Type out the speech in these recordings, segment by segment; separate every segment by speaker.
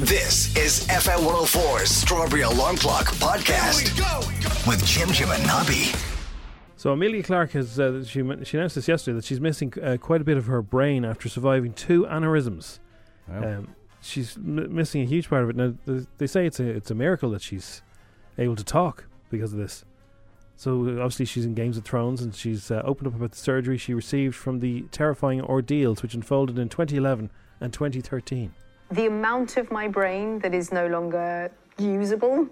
Speaker 1: This is FM 104's Strawberry Alarm Clock Podcast with Jim Jim and Nobby.
Speaker 2: So Amelia Clark has uh, she men- she announced this yesterday that she's missing uh, quite a bit of her brain after surviving two aneurysms. Um, she's m- missing a huge part of it. Now th- they say it's a it's a miracle that she's able to talk because of this. So uh, obviously she's in Games of Thrones and she's uh, opened up about the surgery she received from the terrifying ordeals which unfolded in 2011 and 2013.
Speaker 3: the amount of my brain that is no longer usable,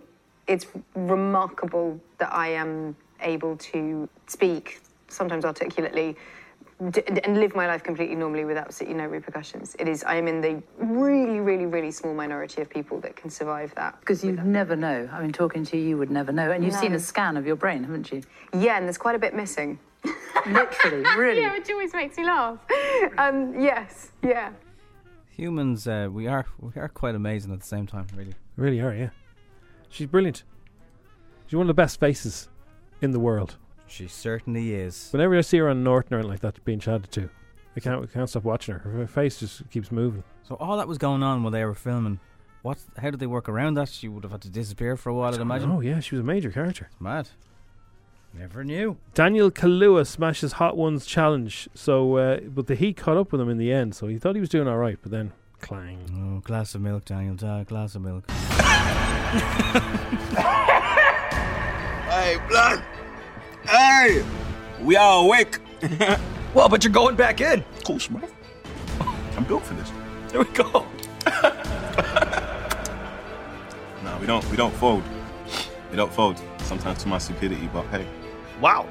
Speaker 3: it's remarkable that I am able to speak, sometimes articulately, d- d- and live my life completely normally with absolutely no repercussions. It is, I am in the really, really, really small minority of people that can survive that.
Speaker 4: Because you'd never know. I mean, talking to you, you would never know. And you've seen a scan of your brain, haven't you?
Speaker 3: Yeah, and there's quite a bit missing.
Speaker 4: Literally, really.
Speaker 3: Yeah, which always makes me laugh. Um, yes, yeah.
Speaker 5: Humans, uh, we are we are quite amazing at the same time, really.
Speaker 2: Really are, yeah. She's brilliant. She's one of the best faces in the world.
Speaker 5: She certainly is.
Speaker 2: Whenever I see her on Norton or anything like that being chatted to, I can't I can't stop watching her. Her face just keeps moving.
Speaker 5: So all that was going on while they were filming. What? How did they work around that? She would have had to disappear for a while, I'd imagine.
Speaker 2: Oh yeah, she was a major character.
Speaker 5: Mad. Never knew.
Speaker 2: Daniel Kalua smashes Hot Ones challenge. So, uh, but the heat caught up with him in the end. So he thought he was doing all right, but then clang.
Speaker 5: Oh, glass of milk, Daniel. Da, glass of milk.
Speaker 6: Hey, blood! Hey! We are awake!
Speaker 1: Well, but you're going back in.
Speaker 6: Of course, man. I'm built for this.
Speaker 1: There we go.
Speaker 6: No, we don't we don't fold. We don't fold. Sometimes to my stupidity, but hey,
Speaker 1: Wow.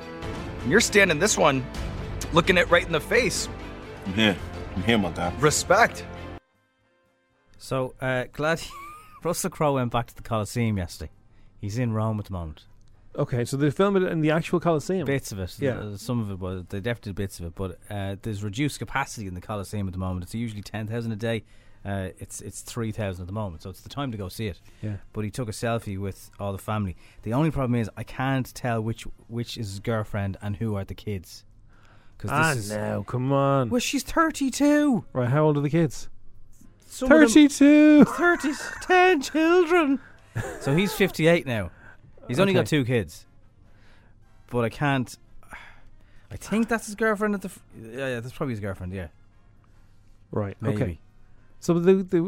Speaker 1: You're standing this one, looking it right in the face.
Speaker 6: I'm here. I'm here, my guy.
Speaker 1: Respect.
Speaker 5: So uh, glad Russell Crowe went back to the Colosseum yesterday. He's in Rome at the moment.
Speaker 2: Okay, so they filmed it in the actual Coliseum.
Speaker 5: Bits of it,
Speaker 2: Yeah.
Speaker 5: yeah. uh, Some of it was they definitely did bits of it, but uh, there's reduced capacity in the Coliseum at the moment. It's usually ten thousand a day. Uh, it's it's three thousand at the moment, so it's the time to go see it.
Speaker 2: Yeah.
Speaker 5: But he took a selfie with all the family. The only problem is I can't tell which which is his girlfriend and who are the kids. Because
Speaker 2: Ah, no, come on.
Speaker 5: well, she's thirty-two.
Speaker 2: Right, Uh, how old are the kids?
Speaker 5: Some of them-
Speaker 2: Thirty-two.
Speaker 5: 30, 10 children. So he's 58 now. He's only got
Speaker 2: Okay.
Speaker 5: two kids. But I can't. I think that's his girlfriend at the. F- yeah, yeah, that's probably his girlfriend, yeah.
Speaker 2: Right.
Speaker 5: Maybe.
Speaker 2: Okay. So they they,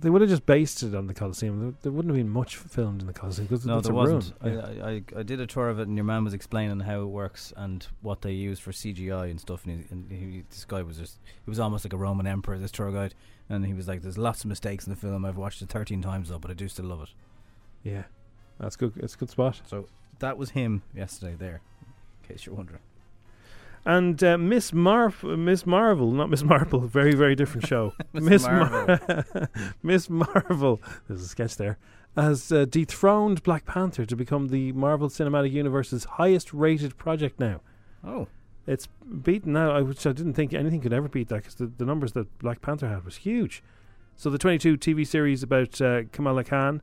Speaker 2: they would have just based it on the Coliseum. There, there wouldn't have been much filmed in the Coliseum because
Speaker 5: No,
Speaker 2: it's
Speaker 5: there
Speaker 2: a
Speaker 5: wasn't. I,
Speaker 2: Room. Yeah.
Speaker 5: I, I, I did a tour of it, and your man was explaining how it works and what they use for CGI and stuff. And, he, and he, this guy was just. He was almost like a Roman emperor, this tour guide. And he was like, there's lots of mistakes in the film. I've watched it 13 times, though, but I do still love it.
Speaker 2: Yeah. That's good. It's a good spot.
Speaker 5: So that was him yesterday there, in case you're wondering.
Speaker 2: And uh, Miss Marf, Miss Marvel, not Miss Marple, very very different show.
Speaker 5: Miss
Speaker 2: Miss Mar- Miss Marvel. There's a sketch there. Has uh, dethroned Black Panther to become the Marvel Cinematic Universe's highest rated project now.
Speaker 5: Oh.
Speaker 2: It's beaten that, I- which I didn't think anything could ever beat that because the, the numbers that Black Panther had was huge. So the 22 TV series about uh, Kamala Khan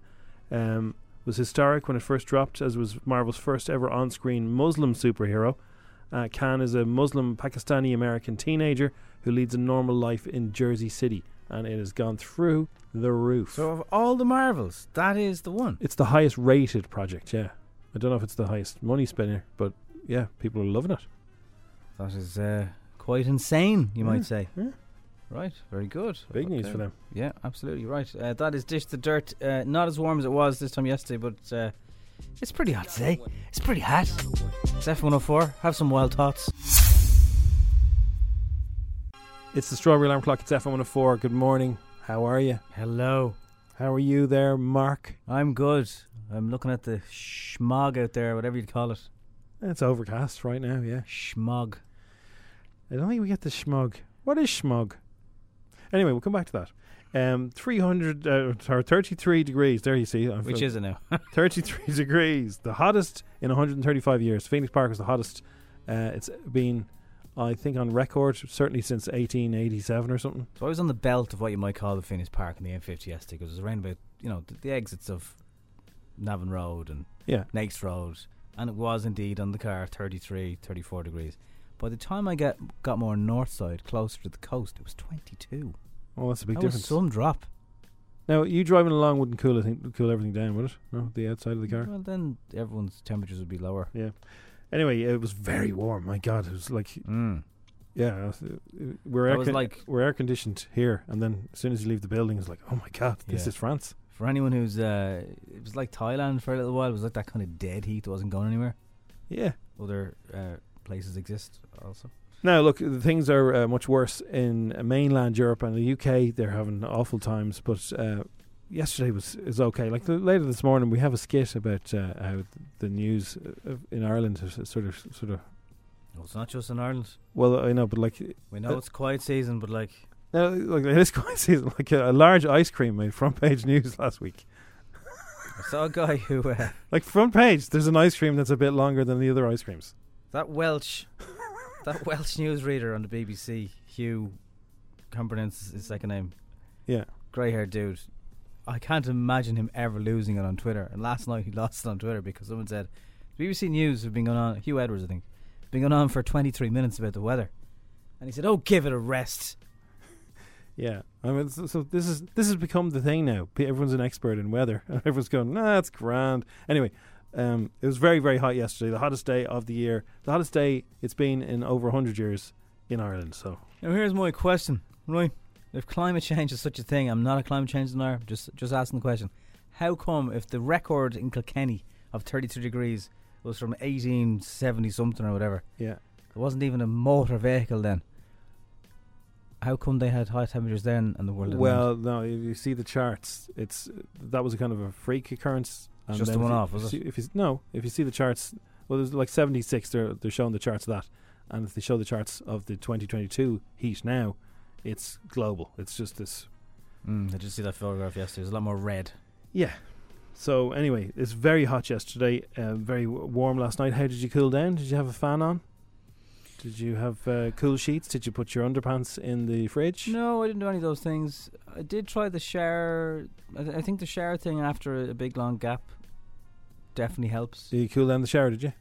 Speaker 2: um, was historic when it first dropped, as was Marvel's first ever on screen Muslim superhero. Uh, Khan is a Muslim Pakistani American teenager who leads a normal life in Jersey City, and it has gone through the roof.
Speaker 5: So of all the Marvels, that is the one.
Speaker 2: it's the highest rated project, yeah. I don't know if it's the highest money spinner, but yeah, people are loving it.
Speaker 5: That is uh, quite insane, you
Speaker 2: Yeah,
Speaker 5: might say.
Speaker 2: yeah.
Speaker 5: Right, very good.
Speaker 2: Big news for
Speaker 5: Okay.
Speaker 2: them.
Speaker 5: Yeah, absolutely right. Uh, that is Dish the Dirt. Uh, not as warm as it was this time yesterday, but uh, it's pretty hot today. It's pretty hot. It's F104. Have some wild thoughts.
Speaker 2: It's the Strawberry Alarm Clock. It's FM104. Good morning. How are you?
Speaker 5: Hello.
Speaker 2: How are you there, Mark?
Speaker 5: I'm good. I'm looking at the smog out there, whatever you'd call it.
Speaker 2: It's overcast right now, yeah.
Speaker 5: Smog.
Speaker 2: I don't think we get the schmug. What is schmug? Anyway, we'll come back to that. Um, 300 uh, or 33 degrees. There you see. I'm
Speaker 5: Which
Speaker 2: fl-
Speaker 5: is it now?
Speaker 2: 33 degrees. The hottest in 135 years. Phoenix Park is the hottest. Uh, it's been, I think, on record, certainly since 1887 or something.
Speaker 5: So I was on the belt of what you might call the Phoenix Park in the M50 yesterday because it was around about, you know, the, the exits of Navan Road and
Speaker 2: Yeah.
Speaker 5: Next Road. And it was indeed on the car 33, 34 degrees. By the time I get, got more north side, closer to the coast, it was 22.
Speaker 2: Well, that's a Oh, big
Speaker 5: that
Speaker 2: difference.
Speaker 5: was some drop.
Speaker 2: now, you driving along wouldn't cool, I think, cool everything down, would it? No, the outside of the car?
Speaker 5: Well, then everyone's temperatures would be lower.
Speaker 2: Anyway, it was very warm. My God, it was like,
Speaker 5: Mm.
Speaker 2: yeah, it was- it- we're
Speaker 5: That
Speaker 2: air
Speaker 5: was
Speaker 2: con-
Speaker 5: like-
Speaker 2: we're air conditioned here, and then as soon as you leave the building, it's like, oh my God, this
Speaker 5: Yeah.
Speaker 2: is France.
Speaker 5: For anyone who's, uh, it was like Thailand for a little while. It was like that kind of dead heat that wasn't going anywhere.
Speaker 2: Yeah.
Speaker 5: Other uh, places exist also.
Speaker 2: Now, look, the things are uh, much worse in uh, mainland Europe and the UK. They're having awful times, but uh, yesterday was is okay. Like the, later this morning, we have a skit about uh, how the news uh, of- in Ireland is sort of sort of.
Speaker 5: No, it's not just in Ireland.
Speaker 2: Well, I know, but like
Speaker 5: We know
Speaker 2: Uh,
Speaker 5: it's quiet season, but like
Speaker 2: now, like it is quite season. Like a, a large ice cream made front page news last week.
Speaker 5: I saw a guy who uh,
Speaker 2: Like front page, there's an ice cream that's a bit longer than the other ice creams.
Speaker 5: that Welsh, that Welsh newsreader on the BBC, Hugh, can't pronounce his second name.
Speaker 2: Yeah.
Speaker 5: grey-haired dude. I can't imagine him ever losing it on Twitter. And last night he lost it on Twitter because someone said BBC News have been going on. Hugh Edwards, I think, been going on for 23 minutes about the weather, and he said, "Oh, give it a rest."
Speaker 2: Yeah, I mean, so, so this is this has become the thing now. Pe- Everyone's an expert in weather, and everyone's going, "Nah, that's grand." Anyway, um, it was very very hot yesterday, the hottest day of the year, the hottest day it's been in over hundred years in Ireland. So
Speaker 5: Now here's my question, right? If climate change is such a thing, I'm not a climate change denier. Just just asking the question. How come if the record in Kilkenny of 32 degrees was from 1870 something or whatever,
Speaker 2: yeah,
Speaker 5: there wasn't even a motor vehicle then? How come they had high temperatures then and the world? didn't?
Speaker 2: well, no, if you see the charts, it's that was a kind of a freak occurrence. And
Speaker 5: Just
Speaker 2: then
Speaker 5: a
Speaker 2: if you-
Speaker 5: one-off, was
Speaker 2: if
Speaker 5: it?
Speaker 2: you- If you s- no, if you see the charts, well, there's like seventy six. They're they're showing the charts of that, and if they show the charts of the 2022 heat now, it's global. It's just this
Speaker 5: Mm, I did see that photograph yesterday. It was a lot more red.
Speaker 2: Yeah. So anyway, it's very hot yesterday. Uh, very w- warm last night. How did you cool down? Did you have a fan on? Did you have uh, cool sheets? Did you put your underpants in the fridge?
Speaker 5: No, I didn't do any of those things. I did try the shower. I, th- I think the shower thing after a, a big long gap definitely helps.
Speaker 2: Did you cool down the shower? Did you?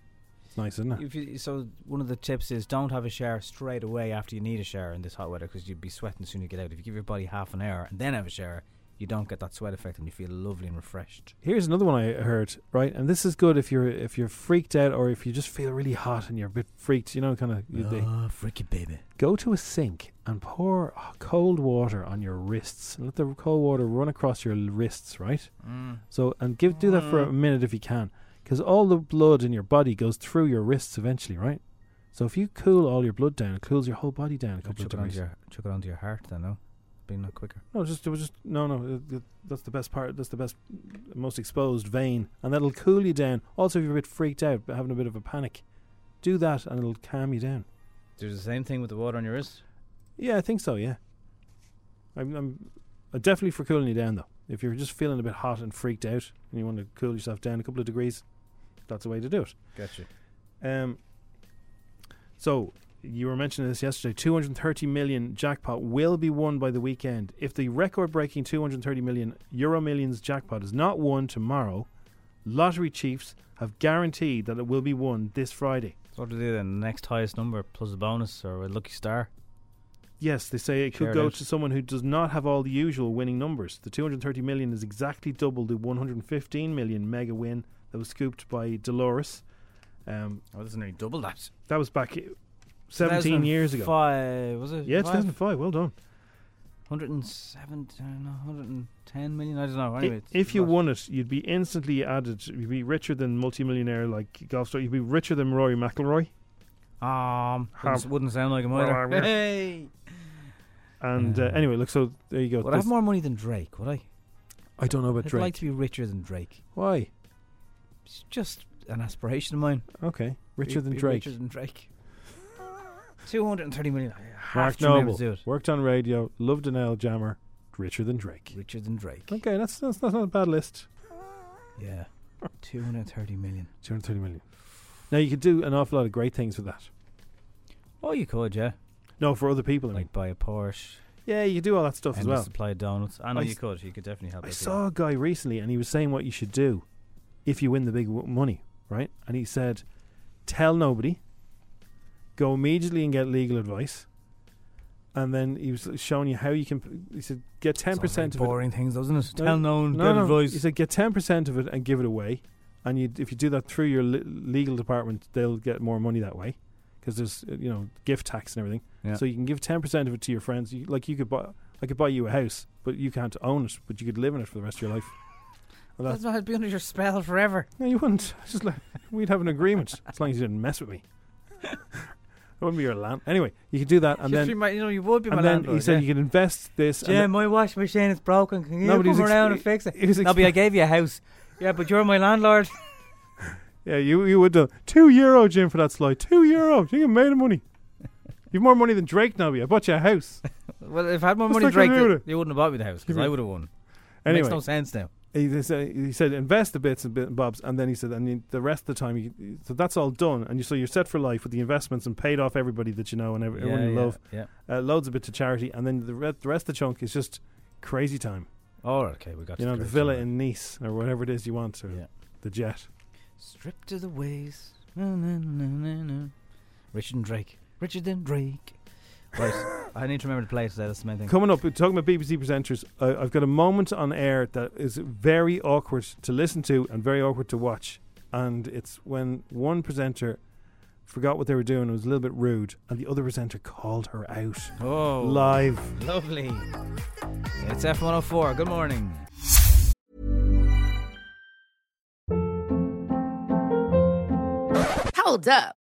Speaker 2: It's nice, isn't it?
Speaker 5: If you, so one of the tips is don't have a shower straight away after you need a shower in this hot weather because you'd be sweating as soon as you get out. If you give your body half an hour and then have a shower, you don't get that sweat effect and you feel lovely and refreshed.
Speaker 2: Here's another one I heard. Right, and this is good if you're if you're freaked out or if you just feel really hot and you're a bit freaked. You know, kind of.
Speaker 5: Ah, freaky baby!
Speaker 2: Go to a sink and pour uh, cold water on your wrists and let the cold water run across your l- wrists. Right.
Speaker 5: Mm.
Speaker 2: So and give do that for a minute if you can, because all the blood in your body goes through your wrists eventually, right? So if you cool all your blood down, it cools your whole body down a couple
Speaker 5: Chuck
Speaker 2: of
Speaker 5: it, onto
Speaker 2: degrees.
Speaker 5: your, chuck it onto your heart, then no, being not quicker.
Speaker 2: No, just it was just no, no. uh, uh, That's the best part. That's the best, most exposed vein, and that'll cool you down. Also, if you're a bit freaked out, having a bit of a panic, do that, and it'll calm you down.
Speaker 5: Do the same thing with the water on your wrist.
Speaker 2: Yeah, I think so. Yeah, I'm, I'm uh, definitely for cooling you down though. If you're just feeling a bit hot and freaked out, and you want to cool yourself down a couple of degrees, that's the way to do it.
Speaker 5: Gotcha.
Speaker 2: Um, so you were mentioning this yesterday. Two hundred thirty million jackpot will be won by the weekend. If the record-breaking two hundred thirty million Euro Millions jackpot is not won tomorrow, lottery chiefs have guaranteed that it will be won this Friday.
Speaker 5: So what do they do then? The next highest number plus a bonus or a lucky star.
Speaker 2: Yes, they say it could
Speaker 5: Share it
Speaker 2: go
Speaker 5: out.
Speaker 2: to someone who does not have all the usual winning numbers. The 230 million is exactly double the 115 million mega win that was scooped by Dolores. Um,
Speaker 5: Oh, this is nearly double that.
Speaker 2: that was back i- 17 years ago.
Speaker 5: 2005, was it?
Speaker 2: Yeah,
Speaker 5: Five?
Speaker 2: 2005. Well done.
Speaker 5: 107, I don't know, 110 million. I don't know. Oh, Anyway,
Speaker 2: I-
Speaker 5: it's
Speaker 2: if you
Speaker 5: a lot.
Speaker 2: won it, you'd be instantly added. You'd be richer than multimillionaire like golf star. You'd be richer than Rory McIlroy.
Speaker 5: um, wouldn't,
Speaker 2: Harm.
Speaker 5: wouldn't sound like him either. Hey,
Speaker 2: And
Speaker 5: Yeah.
Speaker 2: uh, anyway, look. So there you go.
Speaker 5: would I have
Speaker 2: This-
Speaker 5: more money than Drake? Would I?
Speaker 2: I don't know about
Speaker 5: I'd
Speaker 2: Drake.
Speaker 5: like to be richer than Drake.
Speaker 2: Why?
Speaker 5: It's just an aspiration of mine.
Speaker 2: Okay, richer
Speaker 5: Be-
Speaker 2: than
Speaker 5: be
Speaker 2: Drake.
Speaker 5: Richer than Drake. Two hundred and thirty million. I have
Speaker 2: Mark
Speaker 5: to remember
Speaker 2: Noble
Speaker 5: to do it.
Speaker 2: worked on radio. Loved an L jammer. Richer than Drake.
Speaker 5: Richer than Drake.
Speaker 2: Okay, that's that's not a bad list.
Speaker 5: Yeah, two hundred thirty million.
Speaker 2: Two hundred thirty million. Now you could do an awful lot of great things with that.
Speaker 5: Oh, you could, yeah.
Speaker 2: No, for other people. I mean,
Speaker 5: Like buy a Porsche
Speaker 2: yeah, you could do all that stuff as
Speaker 5: and a
Speaker 2: well.
Speaker 5: supply of donuts. I know
Speaker 2: I
Speaker 5: you
Speaker 2: s-
Speaker 5: could. You could definitely help.
Speaker 2: I
Speaker 5: us, yeah.
Speaker 2: saw a guy recently, and he was saying what you should do if you win the big w- money, right? And he said, tell nobody, go immediately and get legal advice, and then he was showing you how you can. p- He said, get ten
Speaker 5: Sounds
Speaker 2: percent
Speaker 5: like
Speaker 2: of it.
Speaker 5: boring things, doesn't it?
Speaker 2: No,
Speaker 5: Tell no one,
Speaker 2: No,
Speaker 5: bad
Speaker 2: no. He
Speaker 5: advice.
Speaker 2: said, get ten percent of it and give it away, and you, if you do that through your le- legal department, they'll get more money that way. Because there's uh, you know gift tax and everything,
Speaker 5: Yeah.
Speaker 2: so you can give ten percent of it to your friends. You, like you could buy, I could buy you a house, but you can't own it, but you could live in it for the rest of your life. Well,
Speaker 5: That's not I'd be under your spell forever.
Speaker 2: No, you wouldn't. It's Just like we'd have an agreement as long as you didn't mess with me. That wouldn't be your land. Anyway, you could do that, and
Speaker 5: Yes,
Speaker 2: then
Speaker 5: you, might, you know, you would be my
Speaker 2: and then
Speaker 5: landlord.
Speaker 2: he said
Speaker 5: yeah.
Speaker 2: you could invest this. and
Speaker 5: Jim,
Speaker 2: then-
Speaker 5: my washing machine is broken. Can you
Speaker 2: Nobody's
Speaker 5: come
Speaker 2: ex-
Speaker 5: around and fix it?
Speaker 2: he was
Speaker 5: Nobby, I
Speaker 2: expl-
Speaker 5: gave you a house. Yeah, but you're my landlord.
Speaker 2: yeah, you you would do two euro, Jim, for that slide. Two euro. You think I made of money? You've more money than Drake, Nobby. I bought you a house.
Speaker 5: Well, if I had more
Speaker 2: What's
Speaker 5: money,
Speaker 2: that got to
Speaker 5: Drake,
Speaker 2: do with
Speaker 5: th-
Speaker 2: it?
Speaker 5: you wouldn't have bought me the house because I would have won. It
Speaker 2: Anyway,
Speaker 5: makes no sense now.
Speaker 2: he, they say- he said invest the bits and bit and bobs, and then he said, and you- the rest of the time, you, so that's all done, and you so you're set for life with the investments and paid off everybody that you know and every, everyone you love.
Speaker 5: Yeah.
Speaker 2: uh, loads of it to charity, and then the, re- the rest of the chunk is just crazy time.
Speaker 5: Oh, okay, we got
Speaker 2: you
Speaker 5: to
Speaker 2: know, the
Speaker 5: correct
Speaker 2: villa
Speaker 5: one.
Speaker 2: in Nice or whatever it is you want, or
Speaker 5: Yeah.
Speaker 2: the jet.
Speaker 5: stripped to the ways. No, no, no, no, no. Richard and Drake. Richard and Drake. Right, I need to remember to play it today. That's the main thing.
Speaker 2: Coming up, we're talking about BBC presenters. Uh, I've got a moment on air that is very awkward to listen to and very awkward to watch, and it's when one presenter forgot what they were doing and was a little bit rude, and the other presenter called her out
Speaker 5: Oh,
Speaker 2: live.
Speaker 5: lovely. It's F104. Good morning.
Speaker 7: Hold up.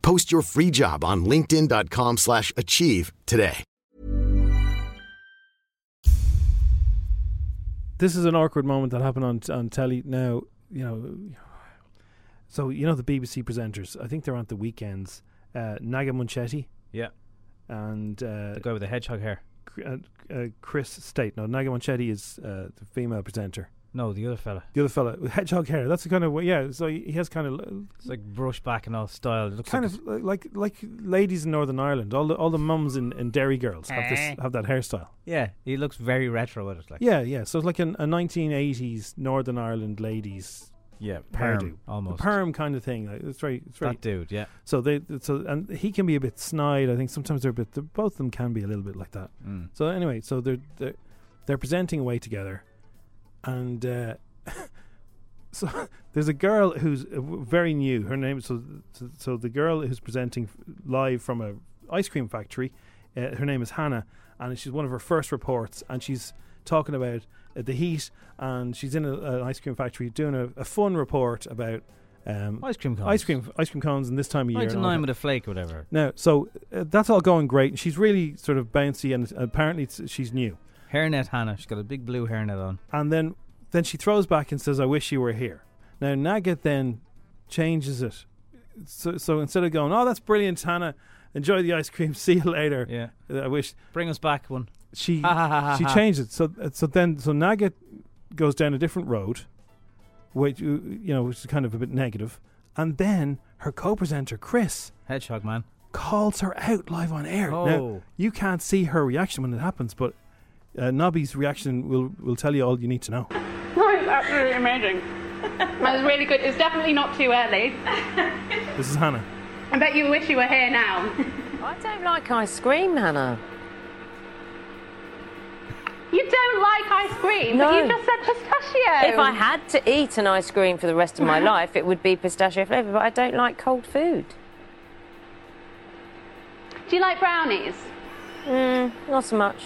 Speaker 8: Post your free job on linkedin.com/achieve slash achieve today.
Speaker 2: this is an awkward moment that happened on on telly now you know so you know the bbc presenters i think they're on at the weekends uh, naga munchetti
Speaker 5: Yeah,
Speaker 2: and uh,
Speaker 5: the guy with the hedgehog hair.
Speaker 2: Cr- uh, uh, chris state no naga munchetti is uh, the female presenter
Speaker 5: No, the other fella.
Speaker 2: the other fella with hedgehog hair that's the kind of way yeah so he he has kind of
Speaker 5: It's like brush back and all style. It looks
Speaker 2: kind
Speaker 5: like
Speaker 2: of li- like like ladies in northern ireland all the all the mums and, and dairy girls have this have that hairstyle
Speaker 5: yeah, he looks very retro with it. Like
Speaker 2: yeah yeah so it's like an, a 1980s northern ireland ladies
Speaker 5: yeah, perm
Speaker 2: hairdo
Speaker 5: almost.
Speaker 2: a perm kind of thing like, it's very it's very
Speaker 5: That dude, yeah.
Speaker 2: So they so and he can be a bit snide. I think sometimes they're a bit. They're, both of them can be a little bit like that.
Speaker 5: Mm.
Speaker 2: So anyway, so they're they're, they're presenting away together, and uh, so there's a girl who's uh, w- very new. Her name so so, so the girl who's presenting f- live from a ice cream factory. Uh, her name is Hannah, and she's one of her first reports, and she's talking about uh, the heat, and she's in a, an ice cream factory doing a, a fun report about. Um,
Speaker 5: Ice cream cones.
Speaker 2: ice cream ice cream cones in this time of year. and all
Speaker 5: 99
Speaker 2: that.
Speaker 5: with a flake or whatever.
Speaker 2: Now, so uh, that's all going great, and she's really sort of bouncy, and apparently it's, she's new.
Speaker 5: Hairnet Hannah. She's got a big blue hairnet on.
Speaker 2: And then th- Then she throws back and says, I wish you were here. Now, Nugget then changes it. So, so instead of going, Oh, that's brilliant, Hannah, enjoy the ice cream, see you later. Uh,
Speaker 5: Yeah.
Speaker 2: I wish
Speaker 5: Bring us back one.
Speaker 2: she she changed it. So uh, so then so Nagat goes down a different road, which uh, you you know which is kind of a bit negative, and then her co-presenter Chris
Speaker 5: Hedgehog man.
Speaker 2: calls her out live on air. Now
Speaker 5: Oh.
Speaker 2: you can't see her reaction when it happens, but uh, Nobby's reaction will will tell you all you need to know.
Speaker 9: it's absolutely amazing. That was really good. It's definitely not too early.
Speaker 2: This is Hannah.
Speaker 9: I bet you wish you were here now.
Speaker 10: I don't like ice cream, Hannah.
Speaker 9: You don't like ice cream, but
Speaker 10: No.
Speaker 9: you just said pistachio.
Speaker 10: If I had to eat an ice cream for the rest of my life, it would be pistachio flavour, but I don't like cold food.
Speaker 9: Do you like brownies?
Speaker 10: Mm, not so much.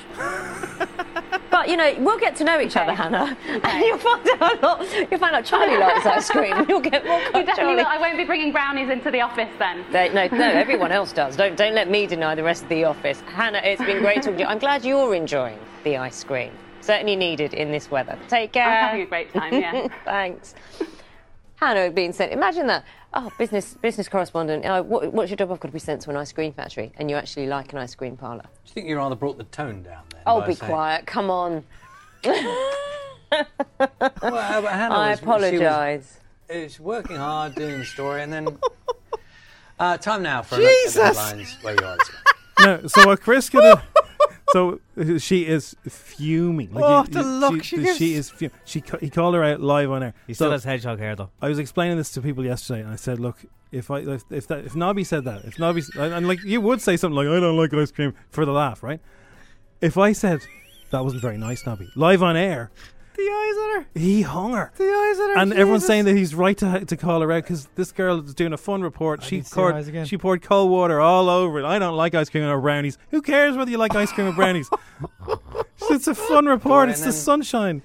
Speaker 10: but you know, we'll get to know each other, Hannah. And you'll find out a lot. You'll find out Charlie likes ice cream. You'll get more
Speaker 9: You
Speaker 10: cold
Speaker 9: definitely
Speaker 10: Oh, Charlie.
Speaker 9: not, I won't be bringing brownies into the office then.
Speaker 10: They, no, no, everyone else does. Don't don't let me deny the rest of the office. Hannah, it's been great talking to you. I'm glad you're enjoying the ice cream. Certainly needed in this weather. Take care.
Speaker 9: I'm having a great time, yeah.
Speaker 10: Thanks. Hannah being sent. Imagine that. Oh, business business correspondent. Oh, what, what's your job? I've got to be sent to an ice cream factory, and you actually like an ice cream parlour.
Speaker 11: Do you think your rather brought the tone down there?
Speaker 10: Oh,
Speaker 11: by
Speaker 10: be
Speaker 11: saying-
Speaker 10: quiet. Come on.
Speaker 11: Well, uh, Hannah
Speaker 10: I
Speaker 11: was- she was-
Speaker 10: apologise.
Speaker 11: uh, She's working hard, doing the story, and then. Uh, time now for
Speaker 10: Jesus.
Speaker 11: a look at the headlines where you are.
Speaker 2: no, so what Chris gonna? So uh, she is fuming.
Speaker 11: What a Oh, look
Speaker 2: she,
Speaker 11: she gives.
Speaker 2: she is. Fum- she ca- he called her out live on air.
Speaker 5: He
Speaker 2: So-
Speaker 5: still has hedgehog hair though.
Speaker 2: I was explaining this to people yesterday, and I said, "Look, if I if, if that if Nobby said that, if Nobby s- and and, like you would say something like, I don't like ice cream for the laugh, right? If I said that wasn't very nice, Nobby, live on air,
Speaker 5: The eyes on her.
Speaker 2: he hung her,
Speaker 5: The eyes on her.
Speaker 2: and everyone's saying that he's right to to call her out because this girl is doing a fun report. she
Speaker 5: didn't see her
Speaker 2: poured
Speaker 5: eyes again.
Speaker 2: she poured cold water all over it. I don't like ice cream or brownies. Who cares whether you like ice cream or brownies? it's a fun report.
Speaker 11: Boy,
Speaker 2: it's
Speaker 11: and
Speaker 2: the
Speaker 11: then-
Speaker 2: sunshine.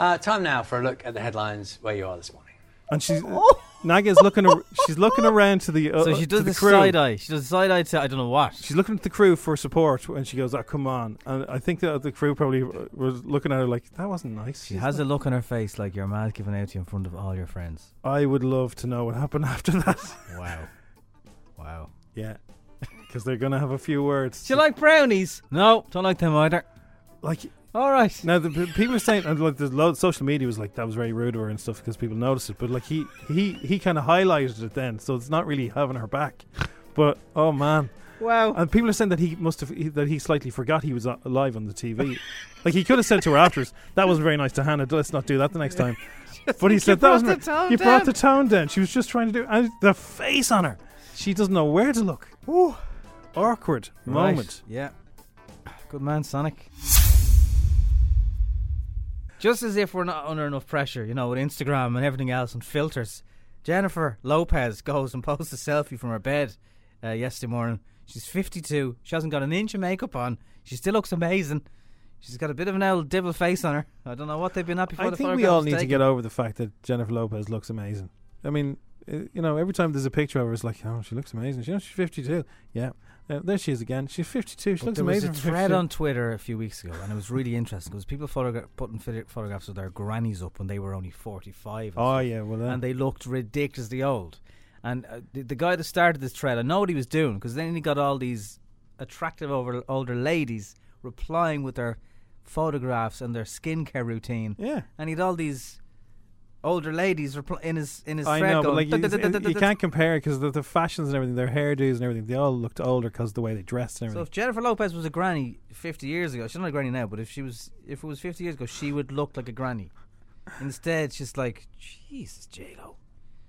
Speaker 11: Uh, time now for a look at the headlines where you are this morning.
Speaker 2: And she's
Speaker 5: Oh.
Speaker 2: Naga's looking. Ar- she's looking around to the. Uh,
Speaker 5: So she
Speaker 2: to
Speaker 5: does
Speaker 2: the
Speaker 5: the
Speaker 2: crew.
Speaker 5: side eye. She does side eye to I don't know what.
Speaker 2: She's looking at the crew for support, and she goes, "Oh, come on!" And I think that the crew probably uh, was looking at her like, "That wasn't nice."
Speaker 5: She has a look on her face like your mad giving out to you in front of all your friends.
Speaker 2: I would love to know what happened after that.
Speaker 5: Wow. Wow.
Speaker 2: yeah, because they're gonna have a few words.
Speaker 5: Do you like brownies? No, don't like them either.
Speaker 2: Like
Speaker 5: All right.
Speaker 2: now, the p- people are saying, and like the lo- social media was like that was very rude of her and stuff because people noticed it. But like he he he kind of highlighted it then, so it's not really having her back. But oh man,
Speaker 5: Wow.
Speaker 2: And people are saying that he must have he, that he slightly forgot he was uh, live on the TV. like he could have said to her afterwards, "That wasn't very nice to Hannah. Let's not do that the next time." but he said that was
Speaker 5: brought the tone
Speaker 2: you brought
Speaker 5: down."
Speaker 2: the tone down. She was just trying to do and the face on her. She doesn't know where to look. Ooh, awkward
Speaker 5: Right.
Speaker 2: moment.
Speaker 5: Yeah. Good man, Sonic. Just as if we're not under enough pressure, you know, with Instagram and everything else and filters, Jennifer Lopez goes and posts a selfie from her bed uh, yesterday morning. She's 52. She hasn't got an inch of makeup on. She still looks amazing. She's got a bit of an old devil face on her. I don't know what they've been at before
Speaker 2: I
Speaker 5: the
Speaker 2: think we
Speaker 5: photograph
Speaker 2: all
Speaker 5: was
Speaker 2: need to
Speaker 5: taken.
Speaker 2: get over the fact that Jennifer Lopez looks amazing. I mean, uh, you know, every time there's a picture of her, it's like, oh, she looks amazing. You know, she's 52. Yeah. Uh, there she is again. She's 52. She
Speaker 5: But
Speaker 2: looks
Speaker 5: there
Speaker 2: amazing.
Speaker 5: was
Speaker 2: for
Speaker 5: a thread
Speaker 2: 52.
Speaker 5: on Twitter a few weeks ago, and it was really interesting because people photogra- putting photo- photographs of their grannies up when they were only forty-five. and
Speaker 2: Oh,
Speaker 5: stuff,
Speaker 2: yeah, well, then.
Speaker 5: and they looked ridiculously old. And uh, the, the guy that started this thread, I know what he was doing because then he got all these attractive over, older ladies replying with their photographs and their skincare routine.
Speaker 2: Yeah.
Speaker 5: and he had all these older ladies repl- in his in his
Speaker 2: I
Speaker 5: thread.
Speaker 2: know, but
Speaker 5: going,
Speaker 2: like you,
Speaker 5: "Duh, duh, duh,
Speaker 2: it-
Speaker 5: duh,
Speaker 2: you
Speaker 5: duh,
Speaker 2: can't compare because the, the fashions and everything, their hairdos and everything, they all looked older because the way they dressed and
Speaker 5: So
Speaker 2: everything.
Speaker 5: if Jennifer Lopez was a granny 50 years ago, she's not a granny now, but if she was, if it was 50 years ago, she would look like a granny. Instead, she's like, Jesus, J Lo.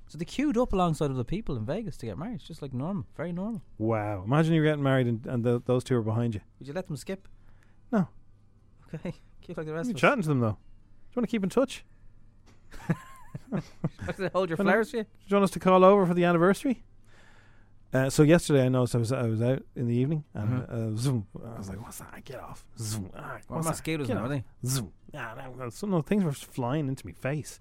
Speaker 5: So they queued up alongside other people in Vegas to get married. It's just like normal, very normal.
Speaker 2: wow, imagine you're getting married and, and tho- those two are behind you.
Speaker 5: Would you let them skip?
Speaker 2: No,
Speaker 5: Okay, keep like the rest of
Speaker 2: you're
Speaker 5: us.
Speaker 2: chatting to them though. Do you want to keep in touch?
Speaker 5: They hold your
Speaker 2: Well, no.
Speaker 5: flowers for you.
Speaker 2: Do you want us to call over for the anniversary? Uh, so yesterday, I noticed I was I was out in the evening and uh, zoom. I was like, "What's that? Get off!" Zoom. Ah,
Speaker 5: Well,
Speaker 2: what's that?
Speaker 5: mosquitoes
Speaker 2: Get
Speaker 5: now,
Speaker 2: off."
Speaker 5: are they?
Speaker 2: Zoom. Ah, that was- some of the things were flying into my face,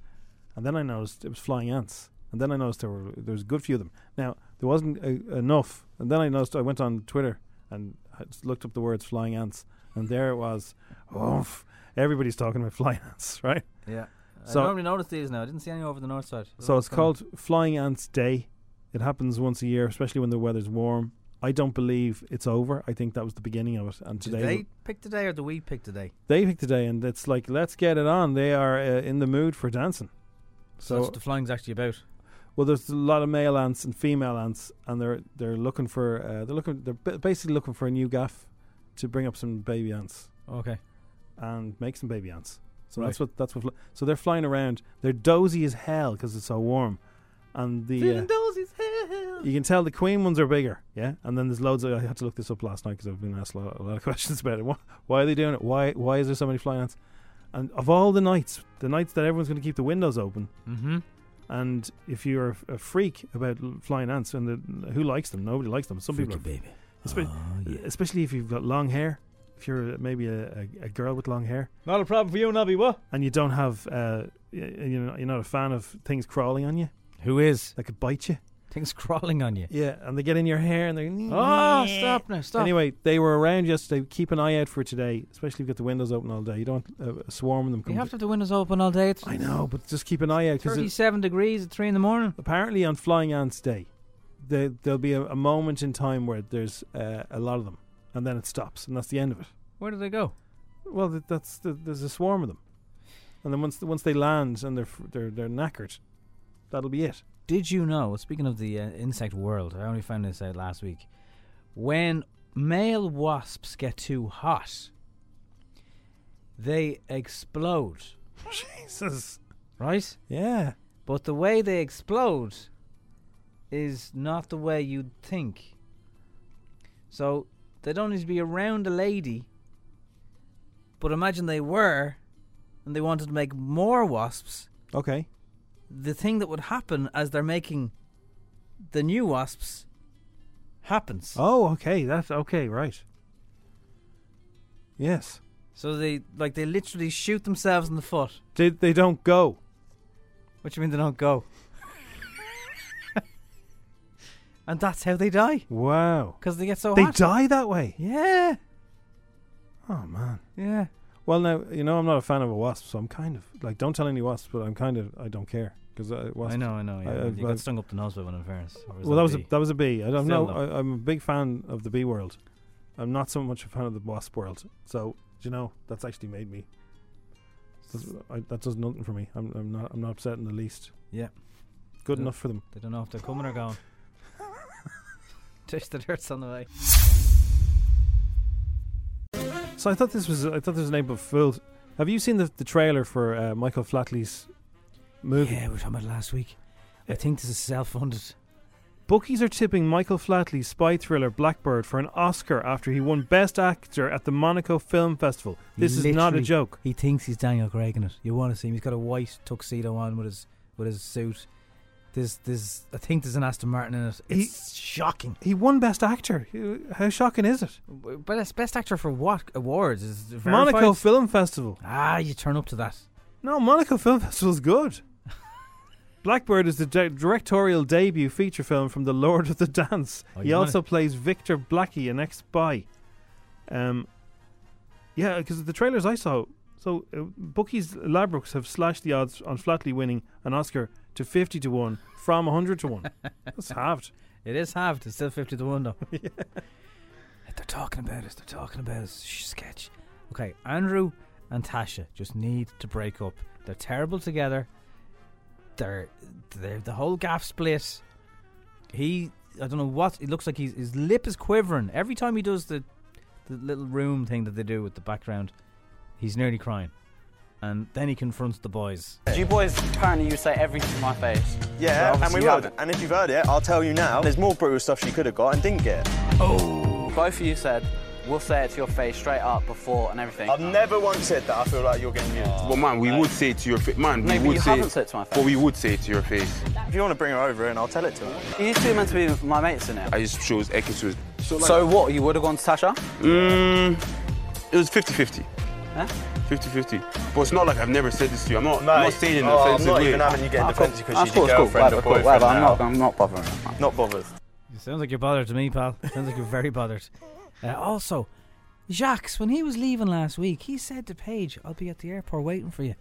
Speaker 2: and then I noticed it was flying ants. And then I noticed there were there was a good few of them. Now there wasn't uh enough. And then I noticed I went on Twitter and I just looked up the words flying ants, and there it was. Oof, everybody's talking about flying ants, right?
Speaker 5: Yeah. I
Speaker 2: So,
Speaker 5: normally notice these now. I didn't see any over the north side.
Speaker 2: so it's called Flying Ants Day. It happens once a year, especially when the weather's warm. I don't believe it's over. I think that was the beginning of it. And
Speaker 5: Did
Speaker 2: today,
Speaker 5: they pick today or do we pick today?
Speaker 2: they picked today, and it's like, let's get it on. They are uh, in the mood for dancing.
Speaker 5: So, that's what the flying's actually about.
Speaker 2: Well, there's a lot of male ants and female ants, and they're they're looking for uh, they're looking they're ba- basically looking for a new gaff to bring up some baby ants.
Speaker 5: Okay.
Speaker 2: and make some baby ants. So
Speaker 5: Right.
Speaker 2: that's what that's what. Fl- so they're flying around. They're dozy as hell because it's so warm, and the uh,
Speaker 5: Feeling dozy as hell.
Speaker 2: you can tell the queen ones are bigger. Yeah, and then there's loads. Of, I had to look this up last night because I've been asked a lot, a lot of questions about it. Why, why are they doing it? Why why is there so many flying ants? And of all the nights, the nights that everyone's going to keep the windows open,
Speaker 5: Mhm.
Speaker 2: and if you're a, f- a freak about l- flying ants, and the, who likes them? Nobody likes them. Some people,
Speaker 5: Freaky
Speaker 2: are- Espe- especially if you've got long hair. If you're uh, maybe a, a, a girl with long hair,
Speaker 5: Not a problem for you, Nobby. What?
Speaker 2: and you don't have, uh, y- you know, you're not a fan of things crawling on you.
Speaker 5: Who is?
Speaker 2: That could bite you.
Speaker 5: Things crawling on you.
Speaker 2: Yeah, and they get in your hair and they're.
Speaker 5: Oh, stop now, stop.
Speaker 2: Anyway, they were around yesterday. Keep an eye out for today, especially if you've got the windows open all day. You don't want uh, a swarm of them
Speaker 5: You
Speaker 2: coming.
Speaker 5: have to have the windows open all day. It's
Speaker 2: I know, but just keep an eye out. 'cause it-
Speaker 5: 37 degrees at 3 in the morning.
Speaker 2: apparently, on Flying Ants Day, there, there'll be a, a moment in time where there's uh, a lot of them, and then it stops, and that's the end of it.
Speaker 5: Where do they go?
Speaker 2: Well, th- that's the, there's a swarm of them, and then once once they land and they're f- they're they're knackered, that'll be it.
Speaker 5: Did you know? Speaking of the uh, insect world, I only found this out last week. When male wasps get too hot, they explode.
Speaker 2: Jesus.
Speaker 5: Right?
Speaker 2: Yeah.
Speaker 5: But the way they explode is not the way you'd think. So they don't need to be around a lady. But imagine they were, and they wanted to make more wasps.
Speaker 2: Okay.
Speaker 5: the thing that would happen as they're making the new wasps happens.
Speaker 2: Oh, okay. That's okay. Right. Yes.
Speaker 5: So they like they literally shoot themselves in the foot.
Speaker 2: They they don't go.
Speaker 5: What do you mean they don't go? and that's how they die
Speaker 2: Wow.
Speaker 5: because they get so
Speaker 2: they
Speaker 5: hot.
Speaker 2: die that way.
Speaker 5: Yeah,
Speaker 2: Oh man.
Speaker 5: yeah.
Speaker 2: Well, now you know I'm not a fan of a wasp, so I'm kind of like don't tell any wasps, but I'm kind of I don't care because wasps.
Speaker 5: I know, I know. Yeah,
Speaker 2: I- I-
Speaker 5: you
Speaker 2: I-
Speaker 5: got stung up the nose by one in fairness. Or
Speaker 2: well, that was a, that was a bee. I don't
Speaker 5: Still
Speaker 2: know.
Speaker 5: though.
Speaker 2: I, I'm a big fan of the bee world. I'm not so much a fan of the wasp world. So do you know that's actually made me. that's- I, that does nothing for me. I'm, I'm not I'm not upset in the least.
Speaker 5: Yeah.
Speaker 2: Good
Speaker 5: Yeah.
Speaker 2: enough for them.
Speaker 5: They don't know if they're coming or going. Just the dirt's on the way.
Speaker 2: So I thought this was I thought this was an April Fool's. Have you seen the the trailer for uh, Michael Flatley's movie?
Speaker 5: Yeah, we were talking about it last week. I think this is self-funded.
Speaker 2: Bookies are tipping Michael Flatley's spy thriller Blackbird for an Oscar after he won Best Actor at the Monaco Film Festival. This is not a
Speaker 5: Literally,
Speaker 2: joke.
Speaker 5: He thinks he's Daniel Craig in it. You want to see him? He's got a white tuxedo on with his with his suit. There's there's I think there's an Aston Martin in it.
Speaker 2: He-
Speaker 5: It's shocking.
Speaker 2: He won Best Actor. How shocking is it?
Speaker 5: But it's best actor for what awards? Is it
Speaker 2: Monaco
Speaker 5: verified?
Speaker 2: Film Festival.
Speaker 5: Ah, you turn up to that.
Speaker 2: No, Monaco Film Festival's good. Blackbird is the di- directorial debut feature film from The Lord of the Dance.
Speaker 5: Oh,
Speaker 2: he
Speaker 5: you wanna-
Speaker 2: also plays Victor Blackie, an ex-spy. Um, yeah, because the trailers I saw, so uh, bookies Labrooks have slashed the odds on Flatley winning an Oscar to fifty to one from hundred to one. That's halved.
Speaker 5: It is halved. It's still fifty to one though. They're talking about us. They're talking about us. Shh, sketch. Okay, Andrew and Tasha just need to break up. They're terrible together. They're, they're the whole gaff split. He, I don't know what. It looks like he's, his lip is quivering every time he does the, the little room thing that they do with the background. He's nearly crying, and then he confronts the boys.
Speaker 12: You boys apparently you say everything to my face.
Speaker 13: Yeah,
Speaker 12: But
Speaker 13: and
Speaker 12: obviously
Speaker 13: we
Speaker 12: you
Speaker 13: would.
Speaker 12: haven't.
Speaker 13: And if you've heard it, I'll tell you now. There's more brutal stuff she could have got and didn't get.
Speaker 12: Oh. Both of you said we'll say it to your face straight up before and everything.
Speaker 13: I've never once said that. I feel like you're getting used.
Speaker 14: Well, man, we would say it to your face. Man,
Speaker 12: Maybe
Speaker 14: we would
Speaker 12: you
Speaker 14: say.
Speaker 12: haven't said it to my face.
Speaker 14: But we would say it to your face.
Speaker 13: If you want to bring her over, and I'll tell it to her.
Speaker 12: You two are meant to be my mates in it.
Speaker 14: I just chose Ekitsu.
Speaker 12: So, what? You would have gone to Tasha?
Speaker 14: Mm, it was 50 50.
Speaker 12: Huh?
Speaker 14: 50 50. But it's not like I've never said this to you. I'm not, I'm
Speaker 13: Mate,
Speaker 14: not saying in an
Speaker 13: oh, I'm
Speaker 14: offensive
Speaker 13: not
Speaker 14: way.
Speaker 13: even having you getting defensive because she's
Speaker 12: Ah, cool,
Speaker 13: your
Speaker 12: it's cool,
Speaker 13: girlfriend
Speaker 12: whatever,
Speaker 13: or
Speaker 12: cool,
Speaker 13: boyfriend
Speaker 12: whatever, I'm
Speaker 13: now.
Speaker 12: not, I'm not bothering.
Speaker 13: Not bothered.
Speaker 5: It sounds like you're bothered to me, pal. sounds like you're very bothered. Uh, also, Jacques, when he was leaving last week, he said to Paige, I'll be at the airport waiting for you.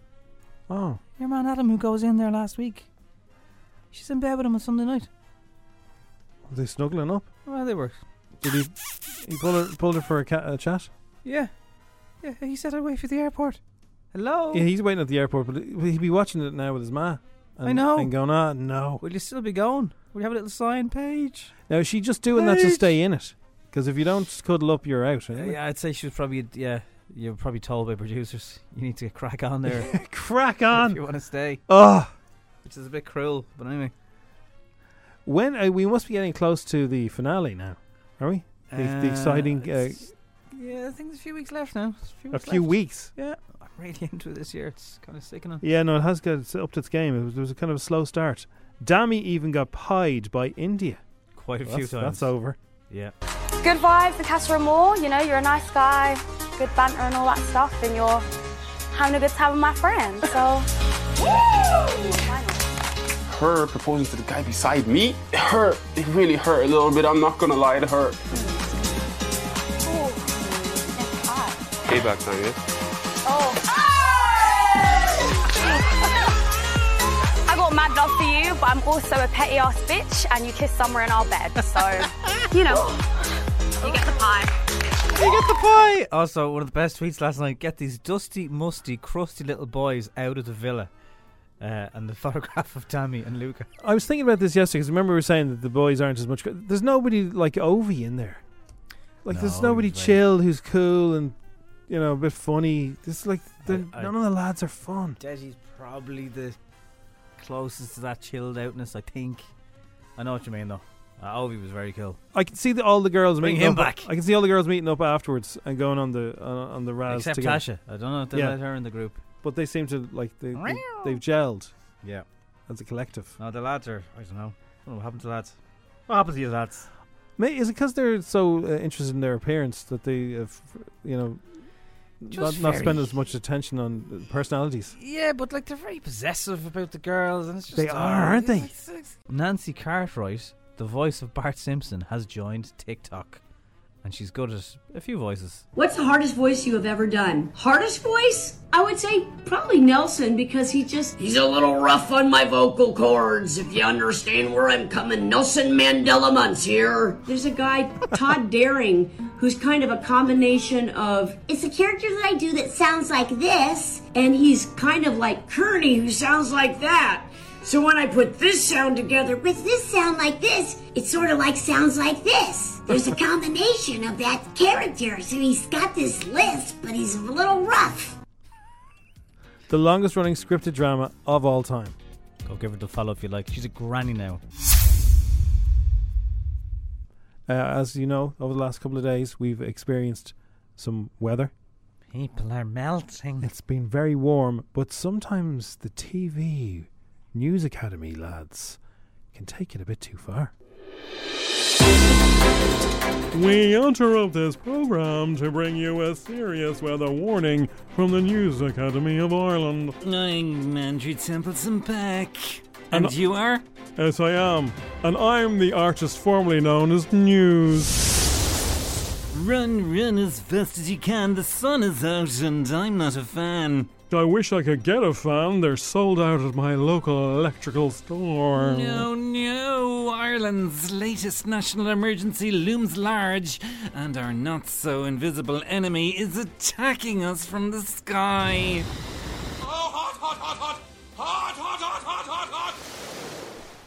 Speaker 2: Oh.
Speaker 5: Your man Adam, who goes in there last week, she's in bed with him on Sunday night.
Speaker 2: Were they snuggling up?
Speaker 5: Well, they were.
Speaker 2: Did he? He pulled her, pulled her for a, ca- a chat.
Speaker 5: Yeah. Yeah, he said I'd wait for the airport. Hello?
Speaker 2: Yeah, he's waiting at the airport, but he'd be watching it now with his ma. And,
Speaker 5: I know.
Speaker 2: And going, ah, no.
Speaker 5: Will you still be going? Will you have a little sign page?
Speaker 2: Now is she just doing that to
Speaker 5: Page.
Speaker 2: stay in it? Because if you don't cuddle up, you're out. Eh, isn't it?
Speaker 5: Yeah, I'd say she was probably, yeah, you're probably told by producers, you need to crack on there.
Speaker 2: crack on.
Speaker 5: If you want to stay.
Speaker 2: Ugh.
Speaker 5: Which is a bit cruel, but anyway.
Speaker 2: When uh, we must be getting close to the finale now, are we? The, the
Speaker 5: Uh,
Speaker 2: exciting. Uh,
Speaker 5: it's- Yeah, I think there's a few weeks left now. There's
Speaker 2: A few weeks?
Speaker 5: Yeah. I'm really into it this year. It's kind of sickening.
Speaker 2: yeah, no, it has got it's up to its game. It was, it was a kind of a slow start. Dammy even got pied by India.
Speaker 5: Quite a
Speaker 2: Well,
Speaker 5: few
Speaker 2: that's,
Speaker 5: times.
Speaker 2: That's over.
Speaker 5: Yeah.
Speaker 15: Good vibes and Casper Moore, you know, you're a nice guy, good banter and all that stuff, and you're having a good time with my friends. So,
Speaker 14: Her proposing to the guy beside me, it hurt. It really hurt a little bit. I'm not gonna lie, it hurt. Payback time, yeah?
Speaker 15: Oh. I got mad love for you, but I'm also a petty ass bitch, and you kiss somewhere in our bed. So, you know, you get the pie.
Speaker 5: You get the pie. Also, one of the best tweets last night. Get these dusty, musty, crusty little boys out of the villa. Uh, and the photograph of Tammy and Luca.
Speaker 2: I was thinking about this yesterday because remember we were saying that the boys aren't as much. co- There's nobody like Ovi in there. Like there's
Speaker 5: No,
Speaker 2: nobody
Speaker 5: he's very-
Speaker 2: chill who's cool and you know a bit funny. This is like they're-
Speaker 5: I-
Speaker 2: none of the lads are fun.
Speaker 5: Deji's probably the closest to that chilled outness, I think. I know what you mean, though. Uh, Ovi was very cool.
Speaker 2: I can see the, all the girls
Speaker 5: Bring
Speaker 2: meeting
Speaker 5: him
Speaker 2: up.
Speaker 5: back.
Speaker 2: I can see all the girls meeting up afterwards and going on the on, on the Raz
Speaker 5: Except
Speaker 2: together.
Speaker 5: Tasha. I don't know if they
Speaker 2: Yeah.
Speaker 5: let her in the group.
Speaker 2: But they seem to like they, they they've gelled.
Speaker 5: Yeah.
Speaker 2: As a collective.
Speaker 5: No, the lads are. I don't know. I don't know what happened to the lads. What happened to you lads?
Speaker 2: May is it because they're so uh, interested in their appearance that they have, you know, not,
Speaker 5: Just
Speaker 2: not spend
Speaker 5: very-
Speaker 2: as much attention on uh, personalities?
Speaker 5: Yeah, but like they're very possessive about the girls, and it's just
Speaker 2: They are, aren't they?
Speaker 5: Nancy Cartwright, the voice of Bart Simpson, has joined TikTok, and she's good at a few voices.
Speaker 16: What's the hardest voice you have ever done? Hardest voice? I would say probably Nelson because he just he's a little rough on my vocal cords if you understand where I'm coming. Nelson Mandela Muntz here. There's a guy Todd Daring who's kind of a combination of it's a character that I do that sounds like this and he's kind of like Kearney who sounds like that. So when I put this sound together with this sound like this, it sort of like sounds like this. There's a combination of that character. So he's got this lisp, but he's a little rough.
Speaker 2: The longest running scripted drama of all time.
Speaker 5: Go give her the follow if you like. She's a granny now.
Speaker 2: Uh, as you know, over the last couple of days, we've experienced some weather.
Speaker 5: People are melting.
Speaker 2: It's been very warm, but sometimes the TV News Academy lads can take it a bit too far.
Speaker 17: We interrupt this program to bring you a serious weather warning from the News Academy of Ireland.
Speaker 18: I'm Andrew Templeton back.
Speaker 17: And
Speaker 18: you are?
Speaker 17: Yes, I am. And I'm the artist formerly known as News.
Speaker 18: Run, run as fast as you can. The sun is out and I'm not a fan.
Speaker 17: I wish I could get a fan. They're sold out at my local electrical store.
Speaker 18: No, no. Ireland's latest national emergency looms large, and our not so invisible enemy is attacking us from the sky.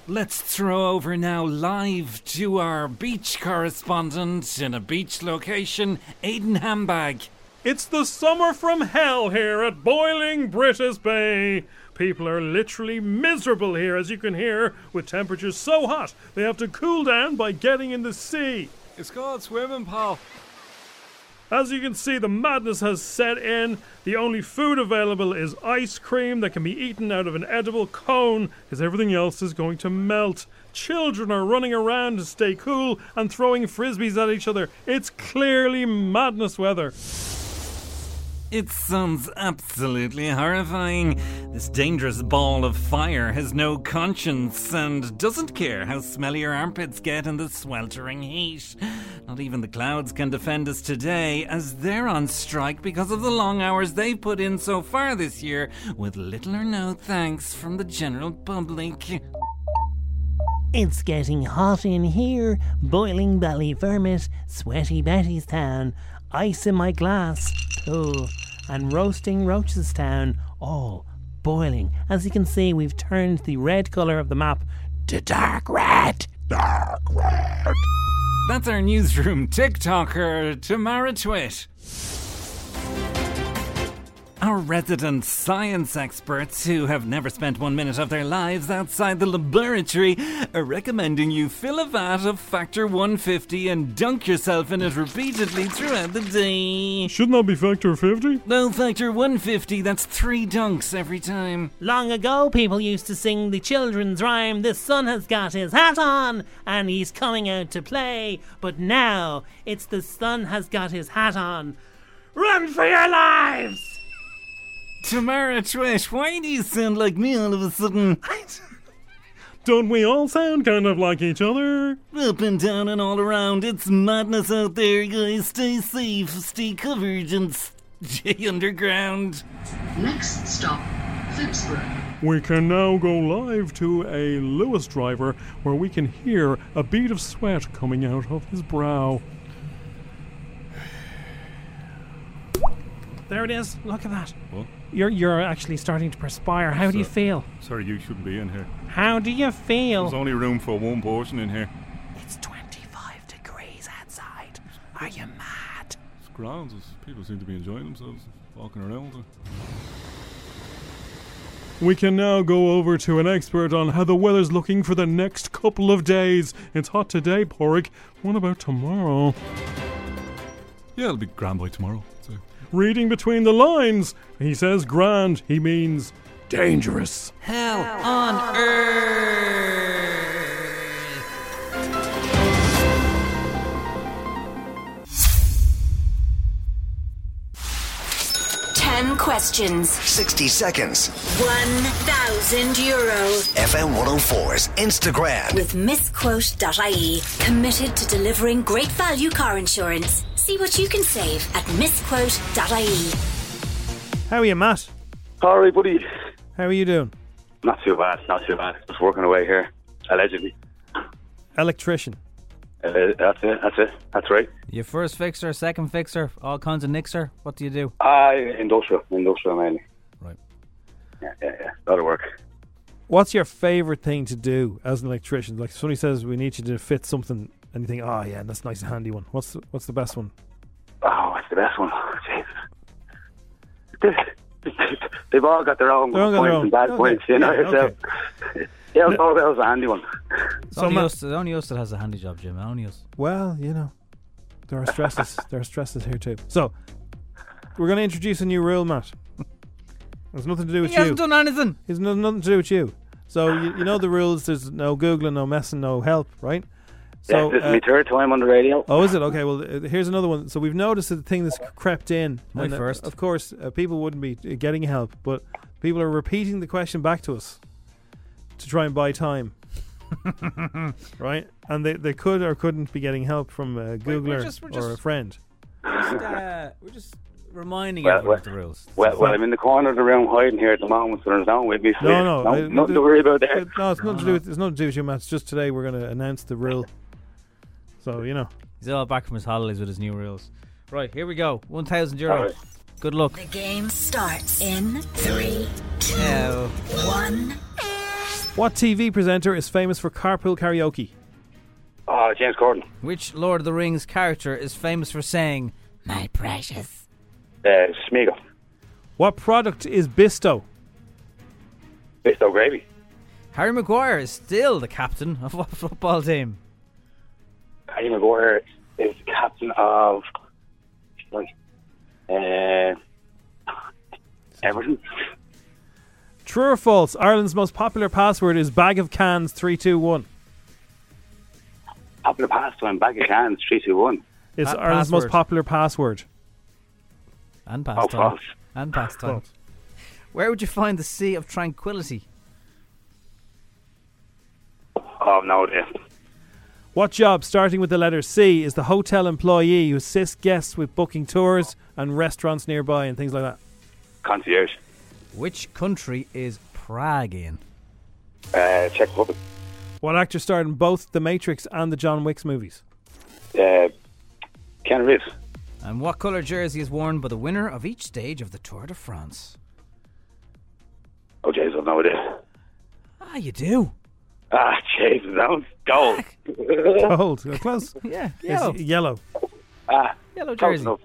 Speaker 18: Let's throw over now live to our beach correspondent in a beach location, Aidan Hambag.
Speaker 17: It's the summer from hell here at boiling British Bay. People are literally miserable here, as you can hear, with temperatures so hot they have to cool down by getting in the sea. It's called swimming, pal. As you can see, the madness has set in. The only food available is ice cream that can be eaten out of an edible cone, because everything else is going to melt. Children are running around to stay cool and throwing frisbees at each other. It's clearly madness weather.
Speaker 18: It sounds absolutely horrifying. This dangerous ball of fire has no conscience and doesn't care how smelly your armpits get in the sweltering heat. Not even the clouds can defend us today, as they're on strike because of the long hours they've put in so far this year, with little or no thanks from the general public.
Speaker 19: It's getting hot in here. Boiling belly vermis, sweaty Betty's town, ice in my glass, oh, and roasting roaches town, all boiling. As you can see, we've turned the red colour of the map to dark red. Dark red.
Speaker 18: That's our newsroom TikToker, Tamara Twit. Our resident science experts, who have never spent one minute of their lives outside the laboratory, are recommending you fill a vat of factor 150 and dunk yourself in it repeatedly throughout the day.
Speaker 17: Shouldn't that be factor 50?
Speaker 18: No, factor 150, that's three dunks every time.
Speaker 19: Long ago, people used to sing the children's rhyme, The sun has got his hat on and he's coming out to play. But now, it's the sun has got his hat on. Run for your lives!
Speaker 18: Tamara Trish, why do you sound like me all of a sudden?
Speaker 17: Don't we all sound kind of like each other?
Speaker 18: Up and down and all around, it's madness out there, guys. Stay safe, stay covered, and stay underground.
Speaker 20: Next stop, Vicksburg.
Speaker 17: We can now go live to a Lewis driver where we can hear a bead of sweat coming out of his brow.
Speaker 19: There it is. Look at that.
Speaker 21: What?
Speaker 19: You're you're actually starting to perspire. How do you
Speaker 21: Sir.
Speaker 19: feel?
Speaker 21: Sorry, you shouldn't be in here.
Speaker 19: How do you
Speaker 21: There's
Speaker 19: feel?
Speaker 21: only room for one person in here.
Speaker 19: It's 25 degrees outside. Are you mad?
Speaker 21: It's grounds. It's- People seem to be enjoying themselves, walking around.
Speaker 17: We can now go over to an expert on how the weather's looking for the next couple of days. It's hot today, Porrig. What about tomorrow?
Speaker 21: Yeah, it'll be grand by tomorrow. So.
Speaker 17: Reading between the lines, he says grand, he means dangerous.
Speaker 18: Hell on Earth!
Speaker 22: Ten questions.
Speaker 1: 60 seconds.
Speaker 22: 1,000 euro.
Speaker 1: FM 104's Instagram.
Speaker 22: With misquote.ie. E, Committed to delivering great value car insurance. See what you can save at misquote.ie.
Speaker 2: How are you, Matt?
Speaker 23: All right, buddy.
Speaker 2: How are you doing?
Speaker 23: Not too bad, not too bad. Just working away here, allegedly.
Speaker 2: Electrician.
Speaker 23: Uh, that's it, that's it, that's right.
Speaker 5: Your first fixer, second fixer, all kinds of nixer. What do you do?
Speaker 23: Ah, industrial, industrial mainly. Right. Yeah, yeah, yeah. That'll work.
Speaker 2: What's your favourite thing to do as an electrician? Like, somebody says we need you to fit something, and you think, oh yeah, that's a nice and handy one. What's the, what's the best one?
Speaker 23: Oh, what's the best one? Jeez. They- They've all got their own
Speaker 2: They've all
Speaker 23: good
Speaker 2: got their
Speaker 23: points
Speaker 2: own.
Speaker 23: and bad
Speaker 2: Okay.
Speaker 23: points, you know.
Speaker 2: Yeah,
Speaker 23: so, yeah, I thought that was a handy one.
Speaker 5: It's
Speaker 2: So
Speaker 5: only,
Speaker 2: Ma-
Speaker 5: us, it's only us that has a handy job, Jim. Only us.
Speaker 2: Well, you know, there are stresses. there are stresses here too. So, we're going to introduce a new rule, Matt. It's nothing to do with
Speaker 5: He
Speaker 2: you.
Speaker 5: hasn't done anything.
Speaker 2: It's no, nothing to do with you. So you, you know the rules. There's no googling, no messing, no help, right? uh,
Speaker 23: yeah, this is my third time on the radio.
Speaker 2: Oh, is it? Okay, well, uh, here's another one. So we've noticed that the thing that's crept in.
Speaker 5: My
Speaker 2: uh,
Speaker 5: first.
Speaker 2: of course, uh, people wouldn't be uh, getting help, but people are repeating the question back to us to try and buy time. right? And they, they could or couldn't be getting help from a
Speaker 5: we're
Speaker 2: Googler
Speaker 5: just- we're
Speaker 2: or a
Speaker 5: just-
Speaker 2: friend.
Speaker 5: Just, uh, we're just reminding
Speaker 23: Well,
Speaker 5: everyone
Speaker 23: well,
Speaker 5: of the rules.
Speaker 23: well, well, I'm in the corner of the room hiding here at the moment, so there's no one with me. So
Speaker 2: No, no, I-
Speaker 23: no nothing to worry about there.
Speaker 2: Uh, No, it's nothing to do with it's nothing to do with you, Matt. It's just today we're going to announce the rule. So you know,
Speaker 5: He's all back from his holidays with his new rules. Right, here we go. 1,000 euro.
Speaker 23: Alright.
Speaker 5: Good luck.
Speaker 22: The game starts in three, two,
Speaker 5: No.
Speaker 22: one.
Speaker 2: what TV presenter is famous for carpool karaoke?
Speaker 23: Oh, James Corden.
Speaker 5: Which Lord of the Rings character is famous for saying, My precious?
Speaker 23: Uh, Smeagol.
Speaker 2: What product is Bisto?
Speaker 23: Bisto Gravy.
Speaker 5: Harry Maguire is still the captain of what football team?
Speaker 23: Paddy McGuire is captain of like, uh, Everton.
Speaker 2: True or false? Ireland's most popular password is bag of cans three two one.
Speaker 23: Top of the pass to him, back of hands, 3 2 1.
Speaker 2: It's
Speaker 23: Pa-
Speaker 2: Ireland's most
Speaker 23: password.
Speaker 2: popular password.
Speaker 5: And
Speaker 23: Oh,
Speaker 5: pastime.
Speaker 23: false.
Speaker 5: and pastime.
Speaker 23: False.
Speaker 5: Where would you find the Sea of Tranquility?
Speaker 23: Oh, no idea.
Speaker 2: What job starting with the letter C is the hotel employee who assists guests with booking tours and restaurants nearby and things like that?
Speaker 23: Concierge.
Speaker 5: Which country is Prague in?
Speaker 23: Uh, Czech Republic.
Speaker 2: What actor starred in both The Matrix and the John Wicks movies?
Speaker 23: Uh, Ken Reeves.
Speaker 5: And what colour jersey is worn by the winner of each stage of the Tour de France?
Speaker 23: Oh, jeez, I've no idea.
Speaker 5: Ah, you do.
Speaker 23: Ah, jeez, that was gold.
Speaker 2: Gold. Uh, Close.
Speaker 5: Yeah,
Speaker 2: It's
Speaker 5: yellow.
Speaker 2: yellow.
Speaker 23: Ah,
Speaker 5: Yellow
Speaker 23: close
Speaker 5: jersey.
Speaker 23: enough.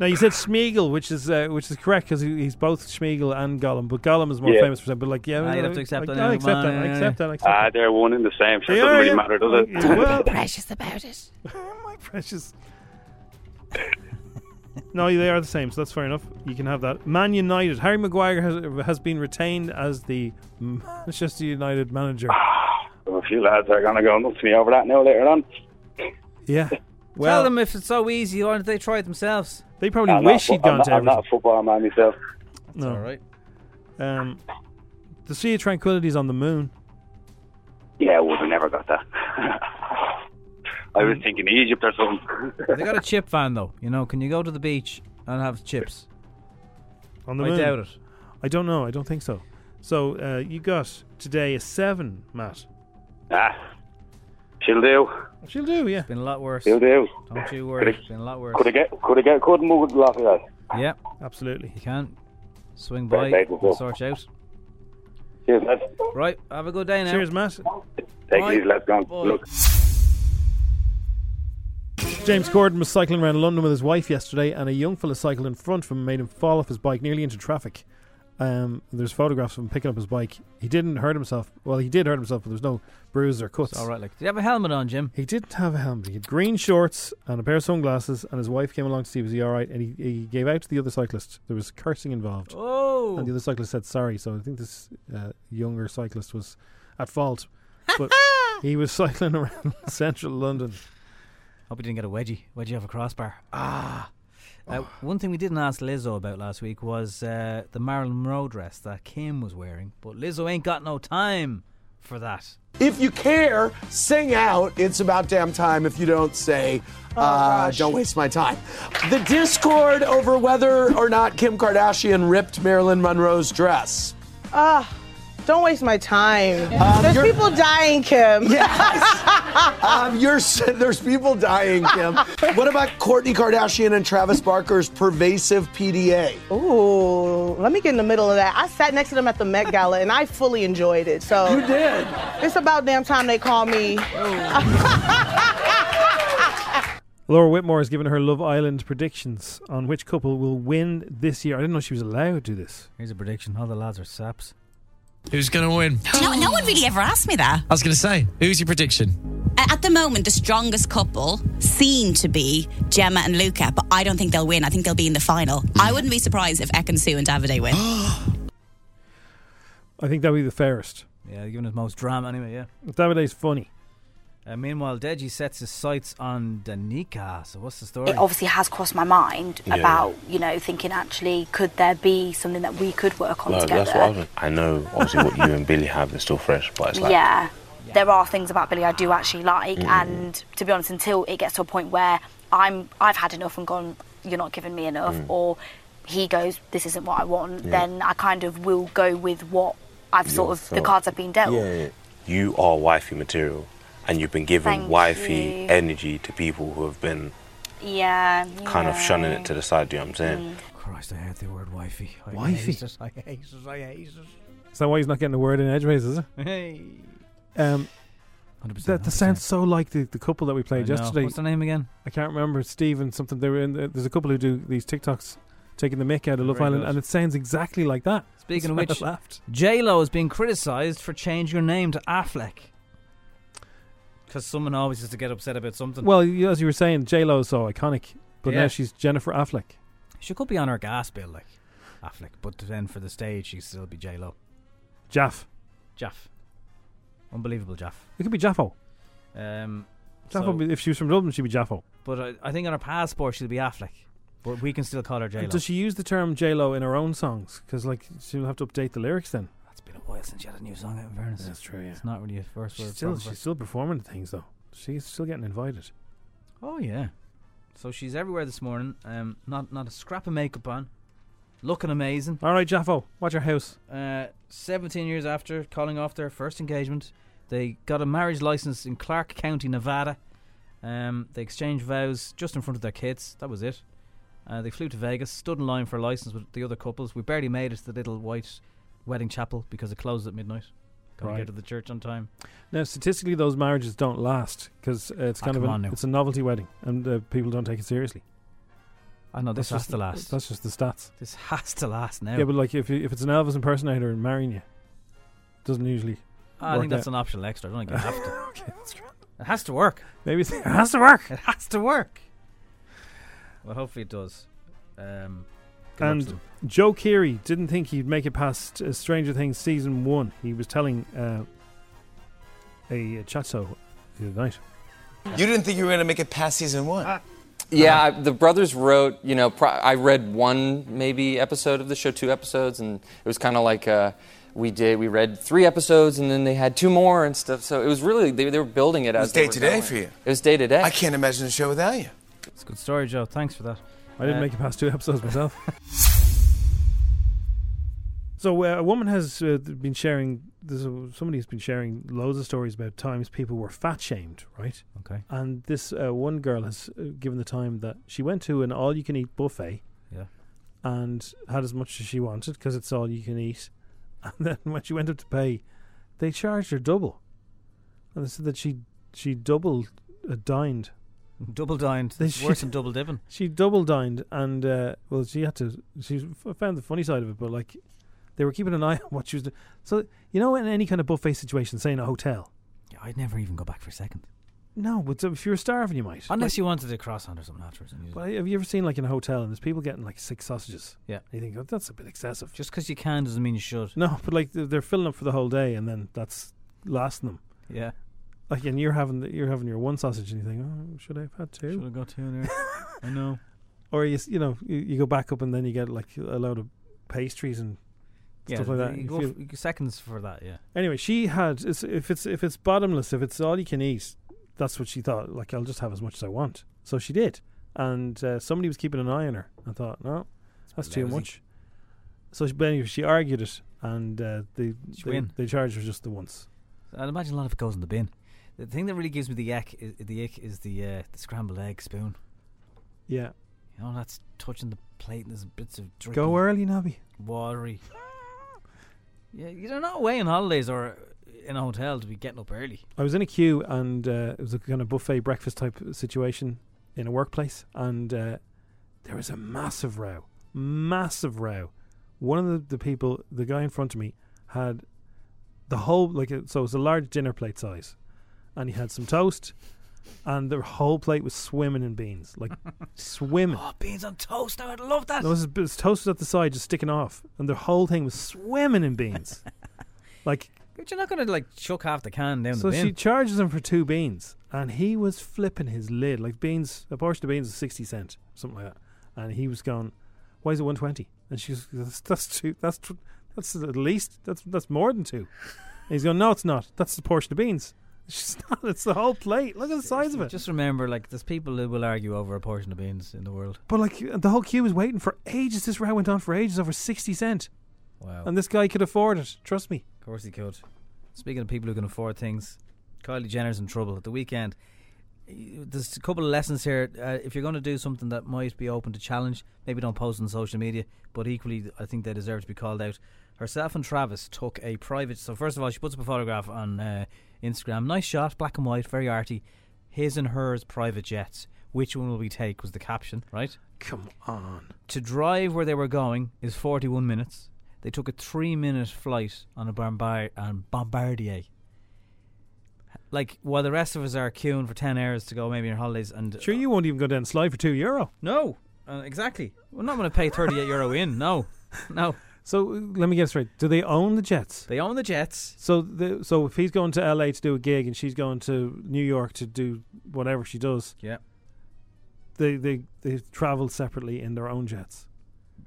Speaker 2: Now you said Schmiegel, which is uh, which is correct because he, he's both Schmiegel and Gollum, but Gollum is more
Speaker 23: Yeah.
Speaker 2: famous for something. But like, yeah, uh,
Speaker 5: Ah, you'd have to
Speaker 2: I-
Speaker 5: accept
Speaker 2: I,
Speaker 5: that
Speaker 2: I
Speaker 5: anyway,
Speaker 2: accept that.
Speaker 5: man.
Speaker 2: I accept that. I accept
Speaker 23: Ah, they're one in the same, so it
Speaker 2: Yeah,
Speaker 23: doesn't really
Speaker 2: yeah.
Speaker 23: matter, does it?
Speaker 2: Yeah, well-
Speaker 7: precious about it.
Speaker 2: My precious. No, they are the same, so that's fair enough. You can have that. Man United. Harry Maguire has, has been retained as the Manchester United manager.
Speaker 23: a few lads are going to go nuts me over that now later on.
Speaker 2: Yeah.
Speaker 5: Tell
Speaker 2: Well,
Speaker 5: them if it's so easy, why don't they try it themselves?
Speaker 2: they probably
Speaker 23: I'm not a
Speaker 2: wish
Speaker 23: fo-
Speaker 2: he'd gone
Speaker 23: I'm not,
Speaker 2: to
Speaker 23: I'm
Speaker 2: Everton.
Speaker 23: not a football man myself.
Speaker 2: No.
Speaker 5: all right.
Speaker 2: Um, the Sea of Tranquility is on the moon.
Speaker 23: Yeah, I would have never got that. I was thinking Egypt or something.
Speaker 5: Mm. They got a chip van though. You know, can you go to the beach and have chips?
Speaker 2: On the
Speaker 5: I
Speaker 2: moon.
Speaker 5: doubt it.
Speaker 2: I don't know. I don't think so. So uh, you got today a seven, Matt.
Speaker 23: ah, she'll do.
Speaker 2: She'll do, yeah.
Speaker 5: Been a lot worse.
Speaker 23: She'll do.
Speaker 5: Don't
Speaker 23: Could
Speaker 5: you worry.
Speaker 23: I-
Speaker 5: It's been a lot worse.
Speaker 23: Could I get, could I get, could move the lot of that?
Speaker 5: Yeah,
Speaker 2: absolutely.
Speaker 5: You can swing
Speaker 23: Very
Speaker 5: by,
Speaker 23: bad
Speaker 5: and
Speaker 23: before.
Speaker 5: sort you out.
Speaker 23: Cheers, lads.
Speaker 5: Right, have a good day now.
Speaker 2: Cheers, Matt.
Speaker 23: Take
Speaker 5: Bye.
Speaker 23: it easy, lads. Go on.
Speaker 5: Bye.
Speaker 23: Look.
Speaker 2: James Corden was cycling around London with his wife yesterday, and a young fella cycled in front of him and made him fall off his bike nearly into traffic. Um, there's photographs of him picking up his bike. He didn't hurt himself. Well, he did hurt himself, but there's no bruises or cuts.
Speaker 5: It's all right, like, do you have a helmet on, Jim?
Speaker 2: He didn't have a helmet. He had green shorts and a pair of sunglasses, and his wife came along to see was he all right, and he, he gave out to the other cyclist. There was cursing involved.
Speaker 5: Oh.
Speaker 2: And the other cyclist said sorry, so I think this uh, younger cyclist was at fault. But he was cycling around central London.
Speaker 5: Hope you didn't get a wedgie. Wedgie off a crossbar. Ah.
Speaker 24: Oh.
Speaker 5: Uh, one thing we didn't ask Lizzo about last week was uh, the Marilyn Monroe dress that Kim was wearing, but Lizzo ain't got no time for that.
Speaker 3: If you care, sing out. It's about damn time if you don't say, uh, don't waste my time. The discord over whether or not Kim Kardashian ripped Marilyn Monroe's dress.
Speaker 4: Ah, don't waste my time.
Speaker 3: Um,
Speaker 4: There's people dying, Kim.
Speaker 3: Yes. um, you're, s- there's people dying, Kim. what about Courtney Kardashian and Travis Barker's pervasive PDA?
Speaker 4: Ooh, let me get in the middle of that. I sat next to them at the Met Gala and I fully enjoyed it. So
Speaker 3: You did. Oh.
Speaker 4: It's about damn time they call me.
Speaker 2: Laura Whitmore has given her Love Island predictions on which couple will win this year. I didn't know she was allowed to do this.
Speaker 5: Here's a prediction. All the lads are saps.
Speaker 6: Who's going to win?
Speaker 25: Do you know, no one really ever asked me that.
Speaker 6: I was going to say, who's your prediction?
Speaker 25: A- At the moment, the strongest couple seem to be Gemma and Luca, but I don't think they'll win. I think they'll be in the final. I wouldn't be surprised if Ekansu and Davide win.
Speaker 2: I think that would be the fairest.
Speaker 5: Yeah, they're giving us most drama anyway, yeah.
Speaker 2: Davide's funny.
Speaker 5: Uh, meanwhile, Deji sets his sights on Danica. So what's the story?
Speaker 26: It obviously has crossed my mind
Speaker 5: Yeah.
Speaker 26: about, you know, thinking actually, could there be something that we could work on
Speaker 24: No,
Speaker 26: together?
Speaker 24: that's what I was. I know, obviously, what you and Billy have is still fresh, but it's like.
Speaker 26: yeah. There are things about Billy I do actually like,
Speaker 24: Mm.
Speaker 26: and to be honest, until it gets to a point where I'm, I've had enough and gone, you're not giving me enough,
Speaker 24: Mm.
Speaker 26: or he goes, this isn't what I want,
Speaker 24: Yeah.
Speaker 26: then I kind of will go with what I've sort of the
Speaker 24: felt.
Speaker 26: cards I've been dealt.
Speaker 24: Yeah. You are wifey material, and you've been giving
Speaker 26: Thank
Speaker 24: wifey
Speaker 26: you.
Speaker 24: energy to people who have been
Speaker 26: Yeah, you
Speaker 24: kind of
Speaker 26: know.
Speaker 24: shunning it to the side, do you know what I'm saying?
Speaker 5: Christ, I hate the word wifey. I
Speaker 2: Wifey?
Speaker 5: hate it. I hate it. I hate it.
Speaker 2: Is that why he's not getting a word in edgeways, is it?
Speaker 5: Hey.
Speaker 2: Um, That, that sounds so like the, the couple that we played
Speaker 5: I know.
Speaker 2: yesterday.
Speaker 5: What's their name again?
Speaker 2: I can't remember. Steve and something. They were in. The, there's a couple who do these TikToks taking the mick out of Love
Speaker 5: Very
Speaker 2: Island,
Speaker 5: good.
Speaker 2: and it sounds exactly like that.
Speaker 5: Speaking of
Speaker 2: That's
Speaker 5: which,
Speaker 2: why I laughed.
Speaker 5: J Lo is being criticised for changing her name to Affleck. Because someone always has to get upset about something.
Speaker 2: well, you- as you were saying, J Lo is so iconic, but
Speaker 5: Yeah.
Speaker 2: now she's Jennifer Affleck.
Speaker 5: she could be on her gas bill, like Affleck, but then for the stage, she'd still be J Lo.
Speaker 2: Jaff.
Speaker 5: Jaff. Unbelievable, Jaff.
Speaker 2: It could be Jaffo.
Speaker 5: Um,
Speaker 2: Jaffo.
Speaker 5: so-
Speaker 2: would be- if she was from Dublin, she'd be Jaffo.
Speaker 5: but I, I think on her passport, she'll be Affleck. But we can still call her J-Lo.
Speaker 2: Does she use the term J Lo in her own songs? Because like she'll have to update the lyrics then.
Speaker 5: It's been a while since she had a new song out, in fairness.
Speaker 2: That's true, yeah.
Speaker 5: It's not really a first
Speaker 2: She's
Speaker 5: word
Speaker 2: still
Speaker 5: proper.
Speaker 2: she's still performing at things though. She's still getting invited.
Speaker 5: Oh yeah. So she's everywhere this morning. Um, not not a scrap of makeup on, looking amazing.
Speaker 2: All right, Jaffo, watch your house.
Speaker 5: Uh, 17 years after calling off their first engagement, they got a marriage license in Clark County, Nevada. Um, they exchanged vows just in front of their kids. That was it. Uh, they flew to Vegas, stood in line for a license with the other couples. We barely made it to the little white wedding chapel because it closed at midnight. Got to
Speaker 2: Right.
Speaker 5: get to the church on time.
Speaker 2: Now, statistically, those marriages don't last because uh, it's
Speaker 5: Ah,
Speaker 2: kind of
Speaker 5: come
Speaker 2: an-
Speaker 5: on now.
Speaker 2: it's a novelty wedding, and uh, people don't take it seriously.
Speaker 5: I know this
Speaker 2: That's
Speaker 5: has to last.
Speaker 2: That's just the stats.
Speaker 5: This has to last now.
Speaker 2: Yeah, but like if if it's an Elvis impersonator and marrying you, doesn't usually.
Speaker 5: I
Speaker 2: work
Speaker 5: think that's
Speaker 2: out.
Speaker 5: an optional extra. I don't think you have to. It has to work.
Speaker 2: Maybe it's- it has to work.
Speaker 5: It has to work. Well, hopefully it does. Um, good luck to
Speaker 2: And
Speaker 5: them.
Speaker 2: Joe Keery didn't think he'd make it past uh, Stranger Things season one. He was telling uh, a chat show the other night.
Speaker 8: You didn't think you were going to make it past season one.
Speaker 7: Yeah, I, the brothers wrote. You know, pro- I read one maybe episode of the show, two episodes, and it was kind of like uh, we did. We read three episodes, and then they had two more and stuff. So it was really they, they were building
Speaker 8: It
Speaker 7: it, as
Speaker 8: was
Speaker 7: they
Speaker 8: day
Speaker 7: were
Speaker 8: to day
Speaker 7: going.
Speaker 8: for you.
Speaker 7: It was day to day.
Speaker 8: I can't imagine the show without you.
Speaker 5: It's a good story, Joe. Thanks for that.
Speaker 2: I didn't
Speaker 5: Uh,
Speaker 2: make it past two episodes myself. so uh, a woman has uh, been sharing. There's a, somebody has been sharing loads of stories about times people were fat shamed, right?
Speaker 5: Okay.
Speaker 2: And this uh, one girl has uh, given the time that she went to an all-you-can-eat buffet.
Speaker 5: Yeah.
Speaker 2: And had as much as she wanted because it's all you can eat. And then when she went up to pay, they charged her double. And they said that she she doubled uh, dined.
Speaker 5: Double dined.
Speaker 2: They
Speaker 5: It's worse than double dipping.
Speaker 2: she double dined, and uh, well, she had to. She f- found the funny side of it, but like they were keeping an eye on what she was doing. So you know, in any kind of buffet situation, say in a hotel,
Speaker 5: Yeah, I'd never even go back for a second.
Speaker 2: no, but if you're starving, you might.
Speaker 5: Unless
Speaker 2: Like-
Speaker 5: you wanted to cross on or something afterwards. And use it.
Speaker 2: But have you ever seen like in a hotel and there's people getting like six sausages?
Speaker 5: Yeah.
Speaker 2: You think oh, that's a bit excessive.
Speaker 5: Just because you can doesn't mean you should.
Speaker 2: No, but like they're- they're filling up for the whole day, and then that's lasting them.
Speaker 5: Yeah.
Speaker 2: Like, and you're having the, you're having your one sausage, and you think, oh, should I have had two? Should
Speaker 5: have got two there. I know.
Speaker 2: Or you s- you know you, you go back up, and then you get like a load of pastries and
Speaker 5: Yeah,
Speaker 2: stuff like that.
Speaker 5: you
Speaker 2: You
Speaker 5: go
Speaker 2: feel-
Speaker 5: f- you go seconds for that, yeah.
Speaker 2: Anyway, she had it's, if it's if it's bottomless, if it's all you can eat, that's what she thought. Like I'll just have as much as I want. So she did, and uh, somebody was keeping an eye on her. I thought, no, that's too
Speaker 5: lousy.
Speaker 2: much. So she, but anyway, she argued it, and uh, they,
Speaker 5: She
Speaker 2: they
Speaker 5: win.
Speaker 2: they charged her just the once.
Speaker 5: I'd imagine a lot of it goes in the bin. The thing that really gives me the ick is the ick is the uh, the scrambled egg spoon.
Speaker 2: Yeah,
Speaker 5: You know, that's touching the plate and there's bits of dripping.
Speaker 2: go early, Nobby.
Speaker 5: Watery. yeah, you're not away on holidays or in a hotel to be getting up early.
Speaker 2: I was in a queue and uh, it was a kind of buffet breakfast type situation in a workplace, and uh, there was a massive row, massive row. One of the, the people, the guy in front of me, had the whole like it- so it was a large dinner plate size, and he had some toast, and the whole plate was swimming in beans, like swimming.
Speaker 5: Oh, beans on toast! now, I'd love that.
Speaker 2: No, this, is, this toast was at the side, just sticking off, and the whole thing was swimming in beans, like
Speaker 5: But you're not going to like chuck half the can down
Speaker 2: so
Speaker 5: the bin.
Speaker 2: she charges him for two beans, and he was flipping his lid like beans. A portion of beans is sixty cent, something like that. And he was going, "Why is it one twenty? And she's that's, that's two. That's tr- that's at least that's that's more than two. And he's going, "No, it's not. That's the portion of beans. She's not. It's the whole plate. Look at the size of it."
Speaker 5: Just remember, like, there's people who will argue over a portion of beans in the world.
Speaker 2: But like the whole queue was waiting for ages. This round went on for ages, over sixty cent,
Speaker 5: Wow.
Speaker 2: and this guy could afford it. Trust me.
Speaker 5: Of course he could. Speaking of people who can afford things, Kylie Jenner's in trouble at the weekend. y- There's a couple of lessons here. Uh, if you're going to do something that might be open to challenge, maybe don't post on social media. But equally, I think they deserve to be called out. Herself and Travis took a private. So first of all, she puts up a photograph on uh, Instagram. Nice shot, black and white, very arty. His and hers private jets. Which one will we take? Was the caption right?
Speaker 2: Come on.
Speaker 5: To drive where they were going is 41 minutes. They took a three minute flight on a bombar- on Bombardier. Like, while the rest of us are queuing for 10 hours to go maybe on holidays and.
Speaker 2: Sure, you won't even go down the slide for two euro.
Speaker 5: Uh, No, uh, exactly. We're not going to pay 38 euro in. No, no.
Speaker 2: So uh, let me get straight. Do they own the Jets?
Speaker 5: Oh. They own the Jets.
Speaker 2: So, the, so if he's going to LA to do a gig and she's going to New York to do whatever she does,
Speaker 5: Yeah.
Speaker 2: they they they traveled separately in their own jets.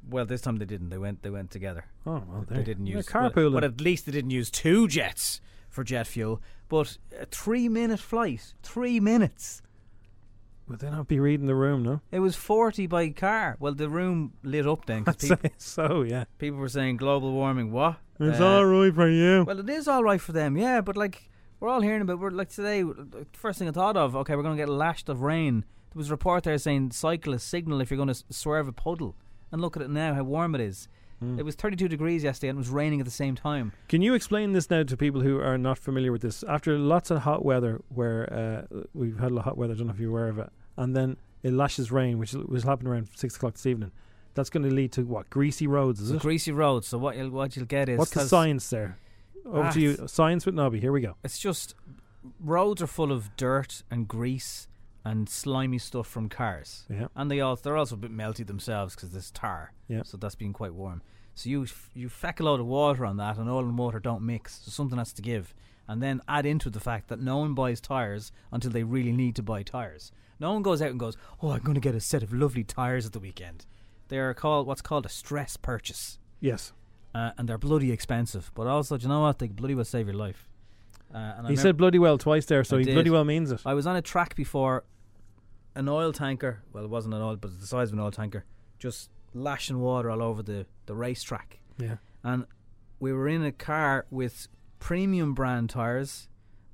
Speaker 5: Well, this time they didn't. They went. They went together.
Speaker 2: Oh, well,
Speaker 5: they
Speaker 2: there-
Speaker 5: didn't
Speaker 2: they're
Speaker 5: use
Speaker 2: carpooling.
Speaker 5: Well, but at least they didn't use two jets for jet fuel. But a three-minute flight. Three minutes.
Speaker 2: Would they not be reading the room? No.
Speaker 5: It was forty by car. Well, the room lit up then.
Speaker 2: I'd say so yeah.
Speaker 5: People were saying global warming. What?
Speaker 2: It's
Speaker 5: Uh,
Speaker 2: all right for you.
Speaker 5: Well, it is all right for them. Yeah, but like we're all hearing about. We're like today. uh, First thing I thought of. Okay, we're going to get lashed of rain. There was a report there saying cyclists signal if you're going to swerve a puddle. And look at it now. How warm it is.
Speaker 2: Hmm.
Speaker 5: It was 32 degrees yesterday, and it was raining at the same time.
Speaker 2: Can you explain this now to people who are not familiar with this? After lots of hot weather, where uh, we've had a lot of hot weather, I don't know if you're aware of it, and then it lashes rain, which was happening around six o'clock this evening. That's going to lead to what greasy roads, is
Speaker 5: It's a
Speaker 2: it?
Speaker 5: greasy road. So what you'll what you'll get is
Speaker 2: What's the
Speaker 5: 'cause
Speaker 2: science there? Over
Speaker 5: Ah,
Speaker 2: to you, science with Nobby. Here we go.
Speaker 5: It's just roads are full of dirt and grease and slimy stuff from cars.
Speaker 2: Yeah.
Speaker 5: And they all they're also a bit melty themselves because there's tar.
Speaker 2: Yeah.
Speaker 5: So that's being quite warm. So you f- you feck a load of water on that, and oil and water don't mix. So something has to give. And then add into the fact that no one buys tires until they really need to buy tires. No one goes out and goes, "Oh, I'm going to get a set of lovely tires at the weekend." They are called what's called a stress purchase
Speaker 2: Yes.
Speaker 5: uh, and they're bloody expensive. But also, do you know what? They bloody well save your life. Uh, and I
Speaker 2: He
Speaker 5: remem-
Speaker 2: said bloody well twice there, so
Speaker 5: I
Speaker 2: he
Speaker 5: did.
Speaker 2: bloody well means it.
Speaker 5: I was on a track before, an oil tanker. Well, it wasn't an oil, but it was the size of an oil tanker, just lashing water all over the the racetrack.
Speaker 2: Yeah.
Speaker 5: And we were in a car with premium brand tires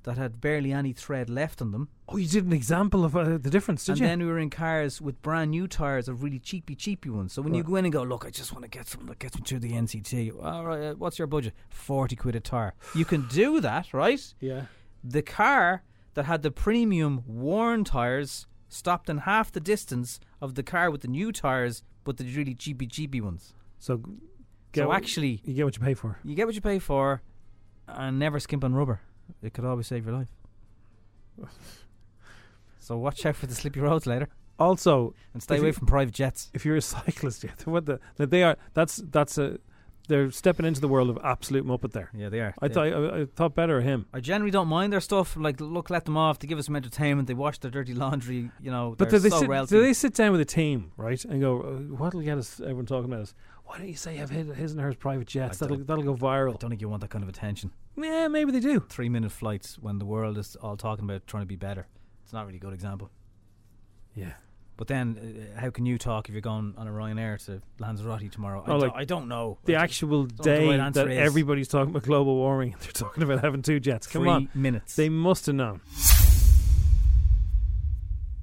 Speaker 5: that had barely any tread left on them.
Speaker 2: Oh, you did an example of uh, the difference, did
Speaker 5: and
Speaker 2: you?
Speaker 5: then we were in cars with brand new tires of really cheapy, cheapy ones. So when you
Speaker 2: Right.
Speaker 5: go in and go, look, I just want to get something that gets me through the NCT. All right, uh, what's your budget? Forty quid a tire. You can do that, right?
Speaker 2: Yeah.
Speaker 5: The car that had the premium worn tires stopped in half the distance of the car with the new tires, but the really cheapy, cheapy ones.
Speaker 2: So,
Speaker 5: so
Speaker 2: what-
Speaker 5: actually,
Speaker 2: you get what you pay for.
Speaker 5: you get what you pay for, and never skimp on rubber. It could always save your life. so watch out for the slippy roads later.
Speaker 2: Also,
Speaker 5: and stay
Speaker 2: if
Speaker 5: away
Speaker 2: you-
Speaker 5: from private jets.
Speaker 2: If you're a cyclist, yeah, what the that they are. That's that's a they're stepping into the world of absolute muppet there.
Speaker 5: Yeah, they are.
Speaker 2: I
Speaker 5: They-
Speaker 2: thought I, I thought better of him.
Speaker 5: I generally don't mind their stuff. Like, look, let them off. They give us some entertainment. They wash their dirty laundry. You know,
Speaker 2: But
Speaker 5: they're
Speaker 2: do they,
Speaker 5: so
Speaker 2: sit,
Speaker 5: wealthy.
Speaker 2: do they sit down with a team, right, and go, uh, "What'll get us?" Everyone talking about us. Why don't you say have his, his and hers private jets? That'll that'll go viral. I
Speaker 5: don't think you want that kind of attention.
Speaker 2: Yeah, maybe they do.
Speaker 5: Three minute flights when the world is all talking about trying to be better. It's not really a good example.
Speaker 2: Yeah.
Speaker 5: But then, uh, how can you talk if you're going on a Ryanair to Lanzarote tomorrow? I,
Speaker 2: Oh,
Speaker 5: do-
Speaker 2: like
Speaker 5: I don't know.
Speaker 2: the
Speaker 5: I don't-
Speaker 2: actual
Speaker 5: don't know what the
Speaker 2: day
Speaker 5: right answer
Speaker 2: that
Speaker 5: is.
Speaker 2: everybody's talking about global warming. and They're talking about having two jets. Come
Speaker 5: Three
Speaker 2: on,
Speaker 5: minutes.
Speaker 2: They must have known.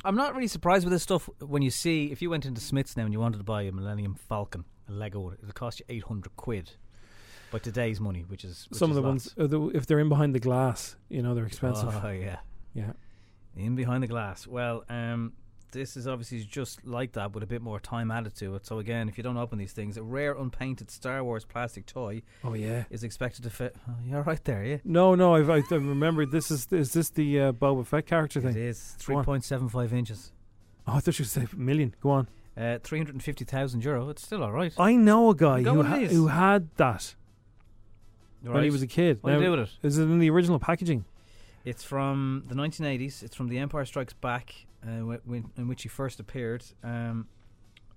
Speaker 5: I'm not really surprised with this stuff when you see if you went into Smith's now and you wanted to buy a Millennium Falcon, a Lego, one, it'll cost you 800 quid by today's money, which is which
Speaker 2: Some of
Speaker 5: is
Speaker 2: the
Speaker 5: lots.
Speaker 2: ones, uh, the, if they're in behind the glass, you know, they're expensive.
Speaker 5: Oh yeah,
Speaker 2: yeah.
Speaker 5: In behind the glass. Well, um, this is obviously just like that, with a bit more time added to it. So again, if you don't open these things, a rare unpainted Star Wars plastic toy.
Speaker 2: Oh, yeah.
Speaker 5: is expected to fit. Oh, you're right there. Yeah,
Speaker 2: No, no, I've, I've, I remember this is is this the uh, Boba Fett character thing?
Speaker 5: it is 3.75 inches.
Speaker 2: Oh, I thought you said million. Go on.
Speaker 5: Uh, 350,000 euro. It's still all right.
Speaker 2: I know a guy
Speaker 5: Go
Speaker 2: who
Speaker 5: with
Speaker 2: ha-
Speaker 5: these.
Speaker 2: who had that when he
Speaker 5: Right.
Speaker 2: was a kid.
Speaker 5: What do you
Speaker 2: Now,
Speaker 5: do with it?
Speaker 2: Is it in the original packaging?
Speaker 5: It's from the 1980s. It's from The Empire Strikes Back, uh, wh- when, in which he first appeared. Um,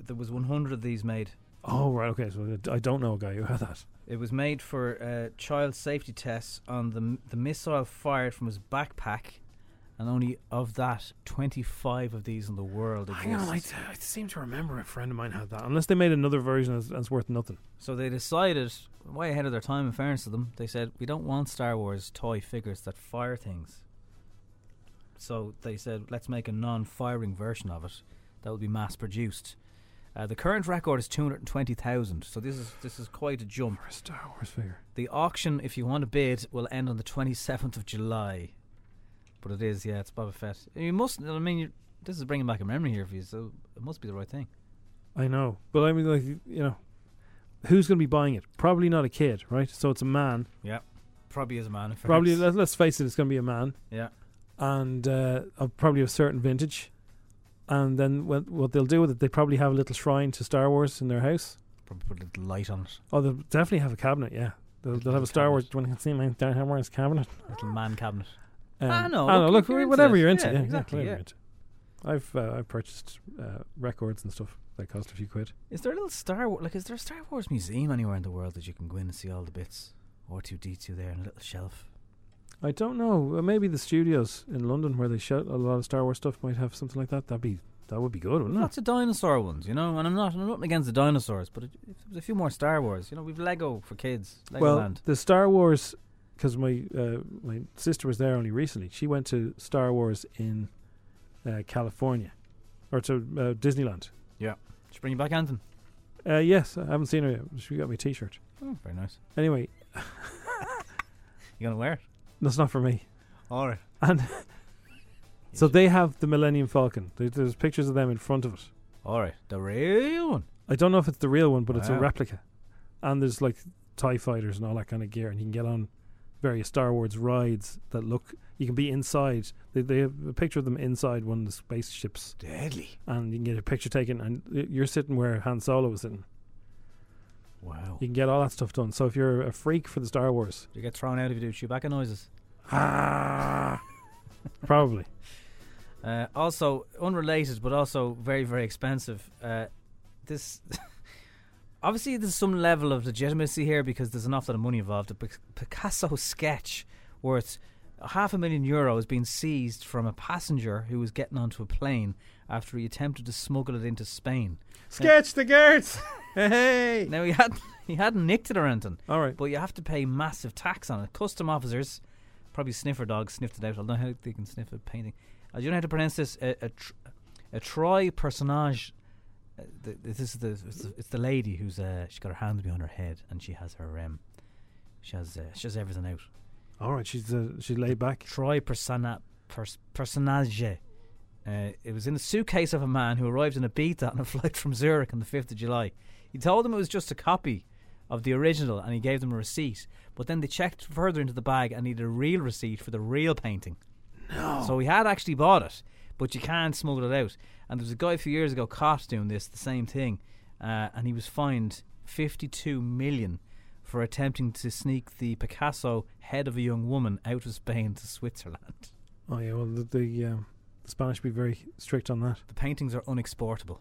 Speaker 5: there was 100 of these made.
Speaker 2: Oh right, okay. So I don't know a guy who had that.
Speaker 5: It was made for uh, child safety tests on the m- the missile fired from his backpack, and only of that, 25 of these in the world.
Speaker 2: Hang on, I,
Speaker 5: exist.
Speaker 2: t- I seem to remember a friend of mine had that. Unless they made another version that's, that's worth nothing.
Speaker 5: So they decided, way ahead of their time, in fairness to them, they said, we don't want Star Wars toy figures that fire things. So they said, let's make a non firing version of it that will be mass produced. Uh, the current record is 220,000, so this is this is quite a jump. For a
Speaker 2: Star Wars figure.
Speaker 5: The auction, if you want to bid, will end on the 27th of July. But it is, yeah, it's Boba Fett. You must, I mean, you, this is bringing back a memory here for you, so it must be the right thing.
Speaker 2: I know, but I mean, like you know, who's going to be buying it? Probably not a kid, right? So it's a man.
Speaker 5: Yeah. Probably is a man. in
Speaker 2: Probably
Speaker 5: fairness.
Speaker 2: let, let's face it, it's going to be a man.
Speaker 5: Yeah.
Speaker 2: and uh, of probably a certain vintage. And then what, what they'll do with it, they probably have a little shrine to Star Wars in their house.
Speaker 5: Probably put a little light on it.
Speaker 2: Oh, they'll definitely have a cabinet. Yeah, they'll, they'll have a Star Wars. Do you want to see my Star Wars cabinet?
Speaker 5: Little man cabinet.
Speaker 2: Um,
Speaker 5: I know.
Speaker 2: I know, look,
Speaker 5: if you're into
Speaker 2: whatever
Speaker 5: this.
Speaker 2: you're into, yeah, yeah,
Speaker 5: exactly.
Speaker 2: whatever
Speaker 5: yeah.
Speaker 2: you're into. I've uh, I've purchased uh, records and stuff that cost a few quid.
Speaker 5: Is there a little Star Wars? Like, is there a Star Wars museum anywhere in the world that you can go in and see all the bits? R two D two there on a little shelf.
Speaker 2: I don't know. Uh, Maybe the studios in London where they shot a lot of Star Wars stuff might have something like that. That'd be that would be good, wouldn't it?
Speaker 5: Lots of dinosaur ones, you know. And I'm not, I'm not against the dinosaurs, but it, if there was a few more Star Wars, you know, we've Lego for kids. Lego
Speaker 2: well,
Speaker 5: Land.
Speaker 2: the Star Wars, because my uh, my sister was there only recently. She went to Star Wars in uh, California, or to uh, Disneyland.
Speaker 5: Yeah. Should bring you back, Anton.
Speaker 2: Uh, yes, I haven't seen her yet. She got me a T-shirt.
Speaker 5: Oh, very nice.
Speaker 2: Anyway,
Speaker 5: You gonna wear it?
Speaker 2: that's not for me.
Speaker 5: All right.
Speaker 2: And so they have the Millennium Falcon. There- There's pictures of them in front of it.
Speaker 5: All right. The real one.
Speaker 2: I don't know if it's the real one, but it's a
Speaker 5: Wow.
Speaker 2: replica. And there's like TIE fighters and all that kind of gear, and you can get on various Star Wars rides that look. You can be inside. They, they have a picture of them inside one of the spaceships.
Speaker 3: Deadly.
Speaker 2: And you can get a picture taken, and y- you're sitting where Han Solo was sitting.
Speaker 5: Wow.
Speaker 2: You can get all that stuff done. So if you're a freak for the Star Wars,
Speaker 5: You get thrown out if you do Chewbacca noises.
Speaker 2: Ah! probably.
Speaker 5: Uh, also unrelated, but also very, very expensive. Uh, this obviously there's some level of legitimacy here because there's an awful lot of money involved. A Pic- Picasso sketch worth half a million euros being seized from a passenger who was getting onto a plane after he attempted to smuggle it into Spain.
Speaker 2: Sketch the Gertz. hey.
Speaker 5: Now he had he hadn't nicked it or anything.
Speaker 2: All right.
Speaker 5: But you have to pay massive tax on it. Custom officers, probably sniffer dogs, sniffed it out. I don't know how they can sniff a painting. I don't know how to pronounce this. A, a, tr- a Troy personage. Uh, th- this is the it's, the it's the lady who's uh, she's got her hands behind her head and she has her um, she has uh, she has everything out.
Speaker 2: All right, she's uh, she's laid back.
Speaker 5: Troy persona pers- personage. Uh, it was in the suitcase of a man who arrived in Ibiza on a flight from Zurich on the 5th of July. He told them it was just a copy of the original and he gave them a receipt. But then they checked further into the bag and he had a real receipt for the real painting. No. So he had actually bought it, but you can't smuggle it out. And there was a guy a few years ago caught doing this, the same thing, uh, and he was fined 52 million for attempting to sneak the Picasso head of a young woman out of Spain to Switzerland.
Speaker 2: Oh yeah, well the the, um, the Spanish be very strict on that.
Speaker 5: The paintings are unexportable,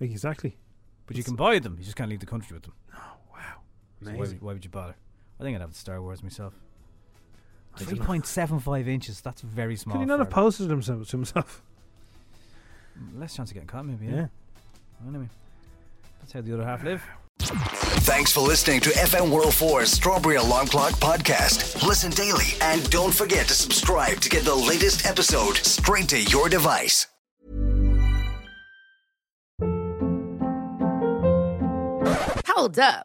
Speaker 2: Exactly.
Speaker 5: but you can buy them. You just can't leave the country with them. Oh wow! why,
Speaker 2: Amazing.
Speaker 5: would- why would you bother? I think I'd have the Star Wars myself.
Speaker 2: I dunno.
Speaker 5: Three point seven five inches. That's very small.
Speaker 2: Could he not
Speaker 5: for
Speaker 2: have posted himself to himself?
Speaker 5: Less chance of getting caught, maybe.
Speaker 2: Yeah.
Speaker 5: Yeah. I know. That's how the other half live.
Speaker 1: Thanks for listening to FM 104's Strawberry Alarm Clock podcast. Listen daily and don't forget to subscribe to get the latest episode straight to your device.
Speaker 27: Hold up.